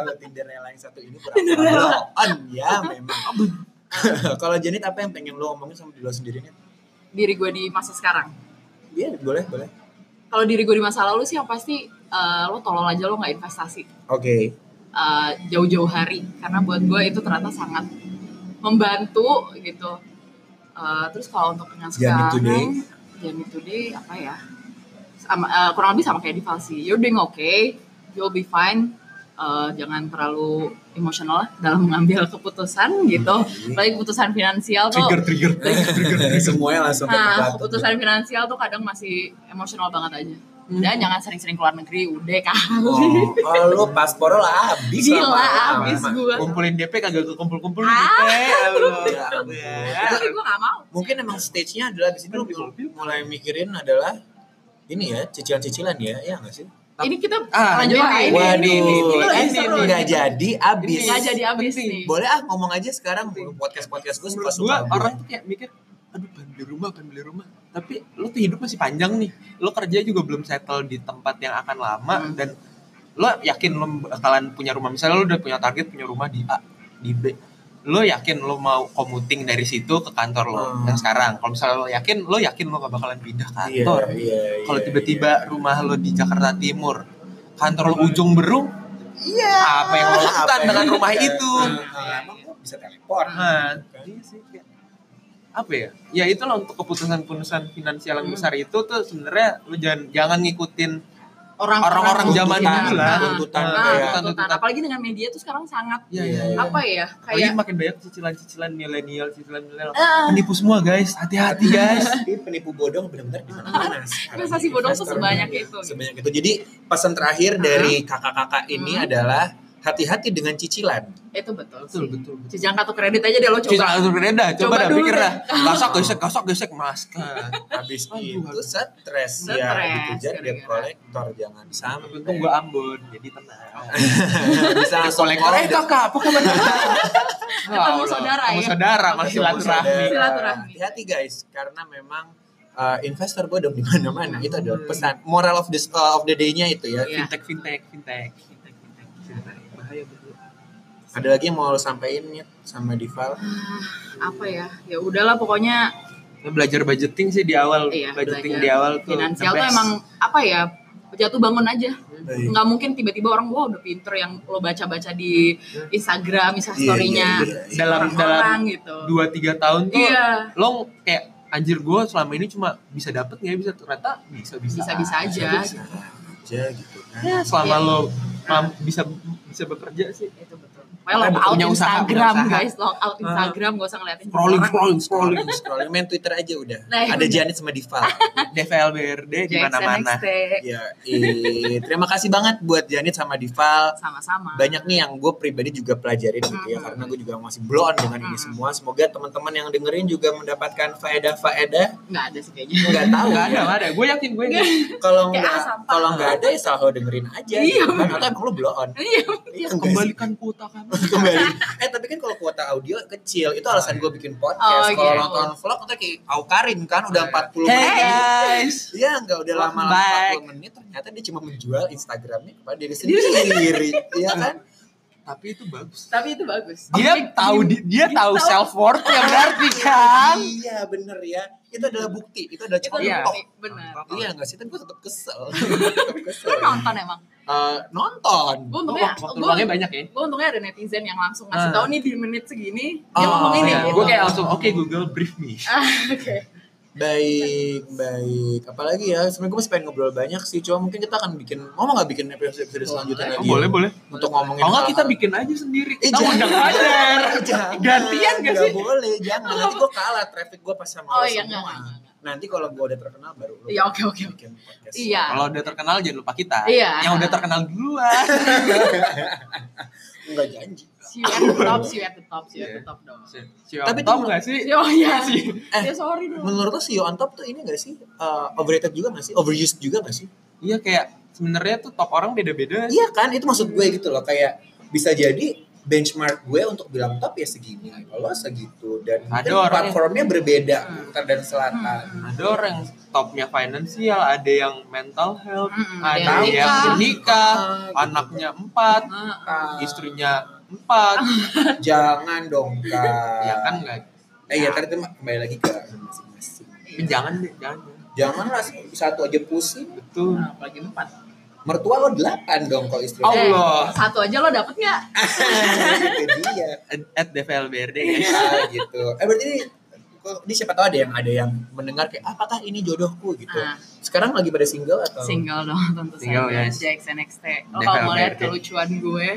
[SPEAKER 1] Apa Tinder yang lain satu ini pura-pura lo on ya memang. [LAUGHS] Kalau Janit apa yang pengen lo ngomongin sama diri lo sendiri nih?
[SPEAKER 3] diri gue di masa sekarang
[SPEAKER 1] Iya, boleh, boleh.
[SPEAKER 3] kalau diri gue di masa lalu sih yang pasti eh, lo tolol aja lo nggak investasi
[SPEAKER 1] Oke. [LAUGHS]
[SPEAKER 3] eh, jauh-jauh hari karena buat gue itu ternyata sangat membantu gitu Eh, terus kalau untuk yang
[SPEAKER 1] Jangan
[SPEAKER 3] sekarang
[SPEAKER 1] today.
[SPEAKER 3] jangan today apa ya sama, eh, kurang lebih sama kayak di sih Ya you're doing okay you'll be fine Eh, jangan terlalu emosional lah dalam mengambil keputusan gitu apalagi keputusan finansial tuh
[SPEAKER 2] [LAUGHS] Trigger trigger.
[SPEAKER 1] Semuanya langsung ke
[SPEAKER 3] Nah,
[SPEAKER 1] keplaton.
[SPEAKER 3] keputusan finansial tuh kadang masih emosional banget aja. udah jangan sering-sering keluar negeri udah kali
[SPEAKER 1] Hmm. Oh, oh lu paspor lo Nah, habis
[SPEAKER 3] Gila,
[SPEAKER 1] lama-lama.
[SPEAKER 3] habis gua.
[SPEAKER 2] Kumpulin DP kagak kumpul-kumpul
[SPEAKER 3] Ah,
[SPEAKER 2] DP.
[SPEAKER 1] Ya ampun.
[SPEAKER 3] tapi gue gak mau
[SPEAKER 1] Mungkin emang stage-nya adalah abis itu lu mulai mikirin adalah ini ya, cicilan-cicilan ya, ya nggak sih?
[SPEAKER 3] ini kita
[SPEAKER 2] Ah,
[SPEAKER 3] lanjut
[SPEAKER 2] ini,
[SPEAKER 3] lah
[SPEAKER 1] iya,
[SPEAKER 3] ini
[SPEAKER 1] Waduh,
[SPEAKER 3] ini, ini, ini,
[SPEAKER 1] eh,
[SPEAKER 3] ini, seru
[SPEAKER 1] nggak
[SPEAKER 3] nih.
[SPEAKER 1] jadi abis.
[SPEAKER 3] Nggak jadi abis nih
[SPEAKER 1] Boleh ah ngomong aja sekarang podcast-podcast gue suka
[SPEAKER 2] Menurut
[SPEAKER 1] suka. Iya,
[SPEAKER 2] gua orang tuh kayak mikir aduh pengen beli rumah pengen beli rumah tapi lu tuh hidup masih panjang nih lu kerja juga belum settle di tempat yang akan lama
[SPEAKER 3] Hmm.
[SPEAKER 2] dan lu yakin lu bakalan punya rumah misalnya lu udah punya target punya rumah di A di B lu yakin lu mau commuting dari situ ke kantor lo
[SPEAKER 1] Hmm.
[SPEAKER 2] yang sekarang kalau misalnya lu yakin lu yakin lu gak bakalan pindah
[SPEAKER 1] Iya,
[SPEAKER 2] kantor
[SPEAKER 1] iya,
[SPEAKER 2] kalau
[SPEAKER 1] iya,
[SPEAKER 2] tiba-tiba rumah lo di Jakarta Timur kantor lo ujung berung
[SPEAKER 1] iya.
[SPEAKER 2] apa yang lo lakukan
[SPEAKER 1] [LAUGHS] Apa
[SPEAKER 2] dengan
[SPEAKER 1] yang- [LAUGHS]
[SPEAKER 2] rumah itu?
[SPEAKER 1] Ah, Emang gua bisa telepon.
[SPEAKER 2] Nah, iya sih, kayak- apa ya? Ya itu loh untuk keputusan-keputusan finansial yang
[SPEAKER 3] Hmm.
[SPEAKER 2] besar itu tuh sebenarnya lu jangan jangan ngikutin
[SPEAKER 3] orang-orang gitu
[SPEAKER 2] orang-orang zaman
[SPEAKER 1] tuntutan,
[SPEAKER 2] dulu
[SPEAKER 3] Ah,
[SPEAKER 2] lah.
[SPEAKER 1] tuntutan
[SPEAKER 2] Nah,
[SPEAKER 1] kayak-
[SPEAKER 2] tuntutan,
[SPEAKER 3] tuntutan.
[SPEAKER 2] tuntutan.
[SPEAKER 3] apalagi dengan media tuh sekarang sangat
[SPEAKER 2] Iya, iya,
[SPEAKER 1] Iya.
[SPEAKER 2] iya.
[SPEAKER 3] apa ya
[SPEAKER 2] Apalagi
[SPEAKER 3] kayak
[SPEAKER 2] makin banyak cicilan-cicilan milenial, cicilan milenial.
[SPEAKER 3] Ah.
[SPEAKER 2] Penipu semua guys, hati-hati
[SPEAKER 3] [LAUGHS]
[SPEAKER 2] guys.
[SPEAKER 1] Tapi penipu bodong benar-benar di
[SPEAKER 2] [LAUGHS]
[SPEAKER 1] mana-mana. sekarang.
[SPEAKER 3] Investasi bodong tuh
[SPEAKER 1] Investor
[SPEAKER 3] sebanyak
[SPEAKER 1] bodong.
[SPEAKER 3] itu. gitu.
[SPEAKER 1] Sebanyak itu. Jadi pesan terakhir
[SPEAKER 3] Hah?
[SPEAKER 1] dari kakak-kakak ini
[SPEAKER 3] Hmm.
[SPEAKER 1] adalah hati-hati dengan cicilan.
[SPEAKER 3] itu betul
[SPEAKER 2] betul,
[SPEAKER 3] sih
[SPEAKER 2] betul. betul.
[SPEAKER 3] Cijang kartu kredit aja deh lo
[SPEAKER 2] Cicilan
[SPEAKER 3] coba
[SPEAKER 2] langsung beda, coba,
[SPEAKER 3] Coba
[SPEAKER 2] dah
[SPEAKER 3] dulu
[SPEAKER 2] pikir
[SPEAKER 3] deh.
[SPEAKER 2] dah. Gasak gesek, gasak gesek masker.
[SPEAKER 1] Habis
[SPEAKER 2] Aduh,
[SPEAKER 1] itu
[SPEAKER 2] aduh.
[SPEAKER 1] stres,
[SPEAKER 3] Stres,
[SPEAKER 1] ya dikejar
[SPEAKER 3] gara-gara.
[SPEAKER 1] debt collector jangan sampai.
[SPEAKER 2] Untung gue Ambon, jadi tenang.
[SPEAKER 3] Eh,
[SPEAKER 1] bisa langsung
[SPEAKER 2] Iya, kolektor. Eh kakak, apa [LAUGHS] kabar?
[SPEAKER 3] Ketemu saudara
[SPEAKER 2] Ketemu
[SPEAKER 3] ya?
[SPEAKER 2] saudara, masih
[SPEAKER 3] Ketemu
[SPEAKER 2] silaturahmi.
[SPEAKER 3] saudara.
[SPEAKER 1] Iya,
[SPEAKER 3] Silaturahmi.
[SPEAKER 1] Hati-hati guys, karena memang uh, investor bodong di mana-mana. Itu adalah pesan moral of the uh, of the day-nya itu ya.
[SPEAKER 3] Iya.
[SPEAKER 2] Fintech, fintech, fintech, fintech, fintech, fintech. Bahaya bahaya.
[SPEAKER 1] Ada lagi yang mau lo sampaikan Nyet, sama Dival?
[SPEAKER 3] Iya, apa ya ya udahlah pokoknya
[SPEAKER 2] Nah, belajar budgeting sih di awal,
[SPEAKER 3] Iya,
[SPEAKER 2] budgeting
[SPEAKER 3] belajar
[SPEAKER 2] di awal tuh.
[SPEAKER 3] finansial
[SPEAKER 2] the
[SPEAKER 3] tuh
[SPEAKER 2] best.
[SPEAKER 3] emang apa ya jatuh bangun aja
[SPEAKER 1] Baik.
[SPEAKER 3] nggak mungkin tiba-tiba orang wah udah pinter yang lo baca-baca di Instagram
[SPEAKER 1] Iya,
[SPEAKER 3] misal storynya
[SPEAKER 1] iya, iya.
[SPEAKER 2] dalam dalam
[SPEAKER 3] orang gitu
[SPEAKER 2] dua tiga tahun tuh
[SPEAKER 3] Iya.
[SPEAKER 2] lo kayak anjir gue selama ini cuma bisa dapet nggak ya? bisa ternyata bisa bisa
[SPEAKER 3] Bisa-bisa aja.
[SPEAKER 2] Iya,
[SPEAKER 1] Bisa aja gitu kan.
[SPEAKER 2] Ya, selama
[SPEAKER 3] Iya.
[SPEAKER 2] lo mam- bisa bisa bekerja sih.
[SPEAKER 3] itu betul Pokoknya log out
[SPEAKER 2] Eh, Punya usaha,
[SPEAKER 3] Instagram
[SPEAKER 2] punya usaha. Ah.
[SPEAKER 3] guys log out Instagram gak usah ngeliatin
[SPEAKER 2] Scrolling,
[SPEAKER 3] orang.
[SPEAKER 2] scrolling, scrolling.
[SPEAKER 1] Scrolling main Twitter aja udah.
[SPEAKER 3] Nah,
[SPEAKER 1] Ada
[SPEAKER 3] udah.
[SPEAKER 1] Janet sama Dival.
[SPEAKER 2] DVLBRD di
[SPEAKER 3] JXN,
[SPEAKER 2] mana-mana.
[SPEAKER 3] NXT.
[SPEAKER 1] ya, eh, terima kasih banget buat Janet sama Dival.
[SPEAKER 3] sama-sama
[SPEAKER 1] banyak nih yang gue pribadi juga pelajarin gitu ya karena gue juga masih blown dengan ini semua semoga teman-teman yang dengerin juga mendapatkan faedah faedah
[SPEAKER 3] nggak ada sih kayaknya [LAUGHS]
[SPEAKER 1] nggak tahu
[SPEAKER 2] Gak ada,
[SPEAKER 1] ya
[SPEAKER 2] gak ada. Gue yakin, gue yakin.
[SPEAKER 1] kalau
[SPEAKER 3] Kayak
[SPEAKER 1] nggak
[SPEAKER 3] ah, sampah.
[SPEAKER 1] kalau nggak ada ya selalu dengerin aja
[SPEAKER 3] Iya,
[SPEAKER 1] gitu kan atau emang lu blow on
[SPEAKER 3] iya
[SPEAKER 1] iya kembali
[SPEAKER 2] Kembalikan kuota kami.
[SPEAKER 1] [LAUGHS] kembali eh tapi kan kalau kuota audio kecil itu alasan gue bikin podcast
[SPEAKER 3] Oh,
[SPEAKER 1] kalau
[SPEAKER 3] iya.
[SPEAKER 1] nonton vlog kita kayak aukarin kan udah 40
[SPEAKER 2] Hey
[SPEAKER 1] menit
[SPEAKER 2] guys.
[SPEAKER 1] Iya, nggak udah
[SPEAKER 2] Welcome
[SPEAKER 1] lama-lama
[SPEAKER 2] back.
[SPEAKER 1] 40 menit ternyata dia cuma menjual Instagramnya kepada diri sendiri, iya kan?
[SPEAKER 2] Tapi itu bagus.
[SPEAKER 3] tapi itu bagus
[SPEAKER 2] dia
[SPEAKER 3] Objek-
[SPEAKER 2] tahu di- dia
[SPEAKER 3] dia
[SPEAKER 2] tahu
[SPEAKER 3] tahu.
[SPEAKER 2] self worth yang berarti kan
[SPEAKER 1] Iya bener ya. Itu adalah bukti. Itu adalah
[SPEAKER 3] itu
[SPEAKER 1] contoh.
[SPEAKER 2] Iya.
[SPEAKER 3] bukti, benar
[SPEAKER 1] Iya nggak sih? Tapi gue tetap kesel. [LAUGHS]
[SPEAKER 3] lu nonton emang
[SPEAKER 1] Eh, nonton.
[SPEAKER 3] gue
[SPEAKER 2] Oh,
[SPEAKER 3] untungnya
[SPEAKER 2] waktu
[SPEAKER 3] gue
[SPEAKER 2] luangnya banyak ya
[SPEAKER 3] gue untungnya ada netizen yang langsung ngasih
[SPEAKER 2] Ah.
[SPEAKER 3] tahu nih di menit segini dia
[SPEAKER 1] Oh,
[SPEAKER 3] ngomong ini
[SPEAKER 1] iya.
[SPEAKER 3] gitu.
[SPEAKER 2] gue kayak langsung oke Google brief me
[SPEAKER 3] Ah, oke
[SPEAKER 1] Baik, baik. Apalagi ya, sebenarnya gue masih pengen ngobrol banyak sih. Cuma mungkin kita akan bikin, mau nggak bikin episode episode selanjutnya
[SPEAKER 3] Boleh.
[SPEAKER 1] lagi?
[SPEAKER 2] Oh,
[SPEAKER 1] ya?
[SPEAKER 2] boleh boleh
[SPEAKER 1] Untuk ngomongin.
[SPEAKER 2] kalau nggak kita
[SPEAKER 1] hal-hal-
[SPEAKER 2] bikin aja sendiri
[SPEAKER 1] Eh,
[SPEAKER 2] kita undang [LAUGHS] pacar
[SPEAKER 1] [LAUGHS] Jangan.
[SPEAKER 2] gantian gak sih
[SPEAKER 1] boleh, jangan. Nanti gue kalah traffic gue pas sama
[SPEAKER 3] Oh,
[SPEAKER 1] lo semua.
[SPEAKER 3] iya, nggak, nggak, nggak.
[SPEAKER 1] Nanti kalau gue udah terkenal baru lo.
[SPEAKER 3] Iya, oke, oke,
[SPEAKER 1] bikin podcast.
[SPEAKER 3] iya
[SPEAKER 2] Nah, kalau udah terkenal jangan lupa kita
[SPEAKER 3] Iya.
[SPEAKER 2] yang udah terkenal duluan
[SPEAKER 1] Nggak janji.
[SPEAKER 3] si at the top si at the top si
[SPEAKER 2] Iya.
[SPEAKER 3] at the top dong
[SPEAKER 1] Tapi
[SPEAKER 2] tapi tau
[SPEAKER 1] tuh-
[SPEAKER 2] nggak sih
[SPEAKER 3] Si- oh iya
[SPEAKER 1] Eh,
[SPEAKER 3] ya sorry dong
[SPEAKER 1] Menurut lo CEO on top tuh ini gak sih? Eh, overrated juga gak sih? Overused juga gak sih?
[SPEAKER 2] iya kayak sebenarnya tuh top orang beda-beda
[SPEAKER 1] Iya kan, itu maksud gue gitu loh. Kayak bisa jadi benchmark gue untuk bilang top ya segini, kalau segitu dan
[SPEAKER 2] Ada
[SPEAKER 1] mungkin
[SPEAKER 2] orang- Hmm.
[SPEAKER 1] platformnya berbeda utara dan selatan.
[SPEAKER 2] ada orang yang topnya finansial, ada yang mental health,
[SPEAKER 3] Mm-mm,
[SPEAKER 2] ada
[SPEAKER 1] ada yang
[SPEAKER 2] yang
[SPEAKER 1] nikah.
[SPEAKER 2] gitu. menikah,
[SPEAKER 1] Ah,
[SPEAKER 2] anaknya empat,
[SPEAKER 3] Ah,
[SPEAKER 1] Ah,
[SPEAKER 2] istrinya empat,
[SPEAKER 1] Jangan dong kak.
[SPEAKER 2] ya kan nggak?
[SPEAKER 1] Eh ya tadi tuh kembali lagi ke masing-masing.
[SPEAKER 2] Tapi jangan deh, jangan.
[SPEAKER 1] Jangan lah satu aja pusing.
[SPEAKER 2] Betul.
[SPEAKER 3] ah, apalagi empat
[SPEAKER 1] Mertua lo delapan dong kalau istri.
[SPEAKER 2] Oh.
[SPEAKER 1] lo.
[SPEAKER 2] Ya. Allah.
[SPEAKER 3] Eh, satu aja lo dapet nggak
[SPEAKER 1] itu dia.
[SPEAKER 2] At, at DVLBRD guys.
[SPEAKER 1] Iya gitu. Eh berarti ini, kok- ini siapa tahu ada yang ada yang mendengar kayak apakah ini jodohku gitu.
[SPEAKER 3] Ah.
[SPEAKER 1] Sekarang lagi pada single atau?
[SPEAKER 3] single dong tentu
[SPEAKER 2] Single,
[SPEAKER 3] saja
[SPEAKER 2] guys.
[SPEAKER 3] Jax NXT
[SPEAKER 2] Devil
[SPEAKER 3] lo Oh, kalau mau lihat
[SPEAKER 2] Bear.
[SPEAKER 3] kelucuan gue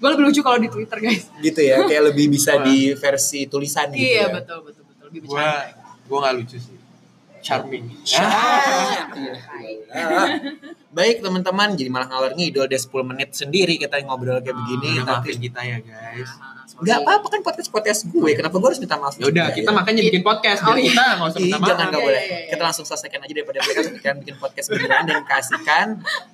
[SPEAKER 3] gue lebih lucu kalau di Twitter guys
[SPEAKER 1] gitu ya kayak lebih bisa
[SPEAKER 2] Wah.
[SPEAKER 1] di versi tulisan gitu ya.
[SPEAKER 3] iya betul betul betul lebih
[SPEAKER 2] Gua
[SPEAKER 3] bercanda
[SPEAKER 2] gua nggak lucu sih. charming.
[SPEAKER 1] Ah,
[SPEAKER 2] Ah,
[SPEAKER 3] Iya.
[SPEAKER 1] iya. Baik teman-teman, jadi malah ngalor ngidul deh 10 menit sendiri kita ngobrol
[SPEAKER 2] Ah,
[SPEAKER 1] kayak begini.
[SPEAKER 2] Udah
[SPEAKER 1] tapi
[SPEAKER 2] maafin kita ya guys.
[SPEAKER 3] Ah,
[SPEAKER 1] nggak apa-apa kan podcast-podcast gue, kenapa gue harus minta maaf?
[SPEAKER 2] Iya. Ya udah kita makanya bikin podcast
[SPEAKER 3] Oh,
[SPEAKER 2] biar
[SPEAKER 3] iya.
[SPEAKER 2] kita nggak
[SPEAKER 1] Ih,
[SPEAKER 2] usah minta maaf.
[SPEAKER 1] jangan nggak
[SPEAKER 3] Iya,
[SPEAKER 1] boleh.
[SPEAKER 3] iya, iya.
[SPEAKER 1] Kita langsung selesaikan aja daripada mereka kepikiran bikin podcast beneran dan kasihkan.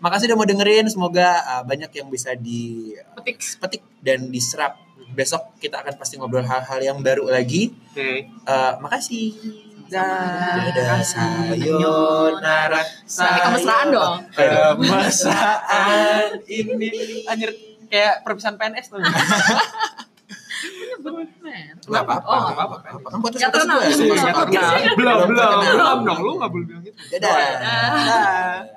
[SPEAKER 1] Makasih udah mau dengerin. Semoga uh, banyak yang bisa
[SPEAKER 3] Petik.
[SPEAKER 1] dipetik dan diserap. Besok kita akan pasti ngobrol hal-hal yang baru lagi.
[SPEAKER 2] Oke. Eh,
[SPEAKER 1] Uh, makasih.
[SPEAKER 3] Sama-sama.
[SPEAKER 1] Dadah. Sayonara.
[SPEAKER 3] Sampai kemesraan dong.
[SPEAKER 2] Kemesraan ini anjir kayak perpisahan PNS tuh.
[SPEAKER 3] Bener.
[SPEAKER 1] Nggak apa-apa.
[SPEAKER 3] Oh,
[SPEAKER 1] nggak apa-apa. Kan podcast
[SPEAKER 3] Nggak
[SPEAKER 1] podcast
[SPEAKER 3] terkenal,
[SPEAKER 1] gue.
[SPEAKER 3] ya, semua
[SPEAKER 1] Podcast
[SPEAKER 3] podcast.
[SPEAKER 1] gue.
[SPEAKER 2] belum belum
[SPEAKER 1] terkenal.
[SPEAKER 2] belum dong lu nggak boleh bilang gitu.
[SPEAKER 1] Dadah.
[SPEAKER 3] Dadah.
[SPEAKER 1] Dadah.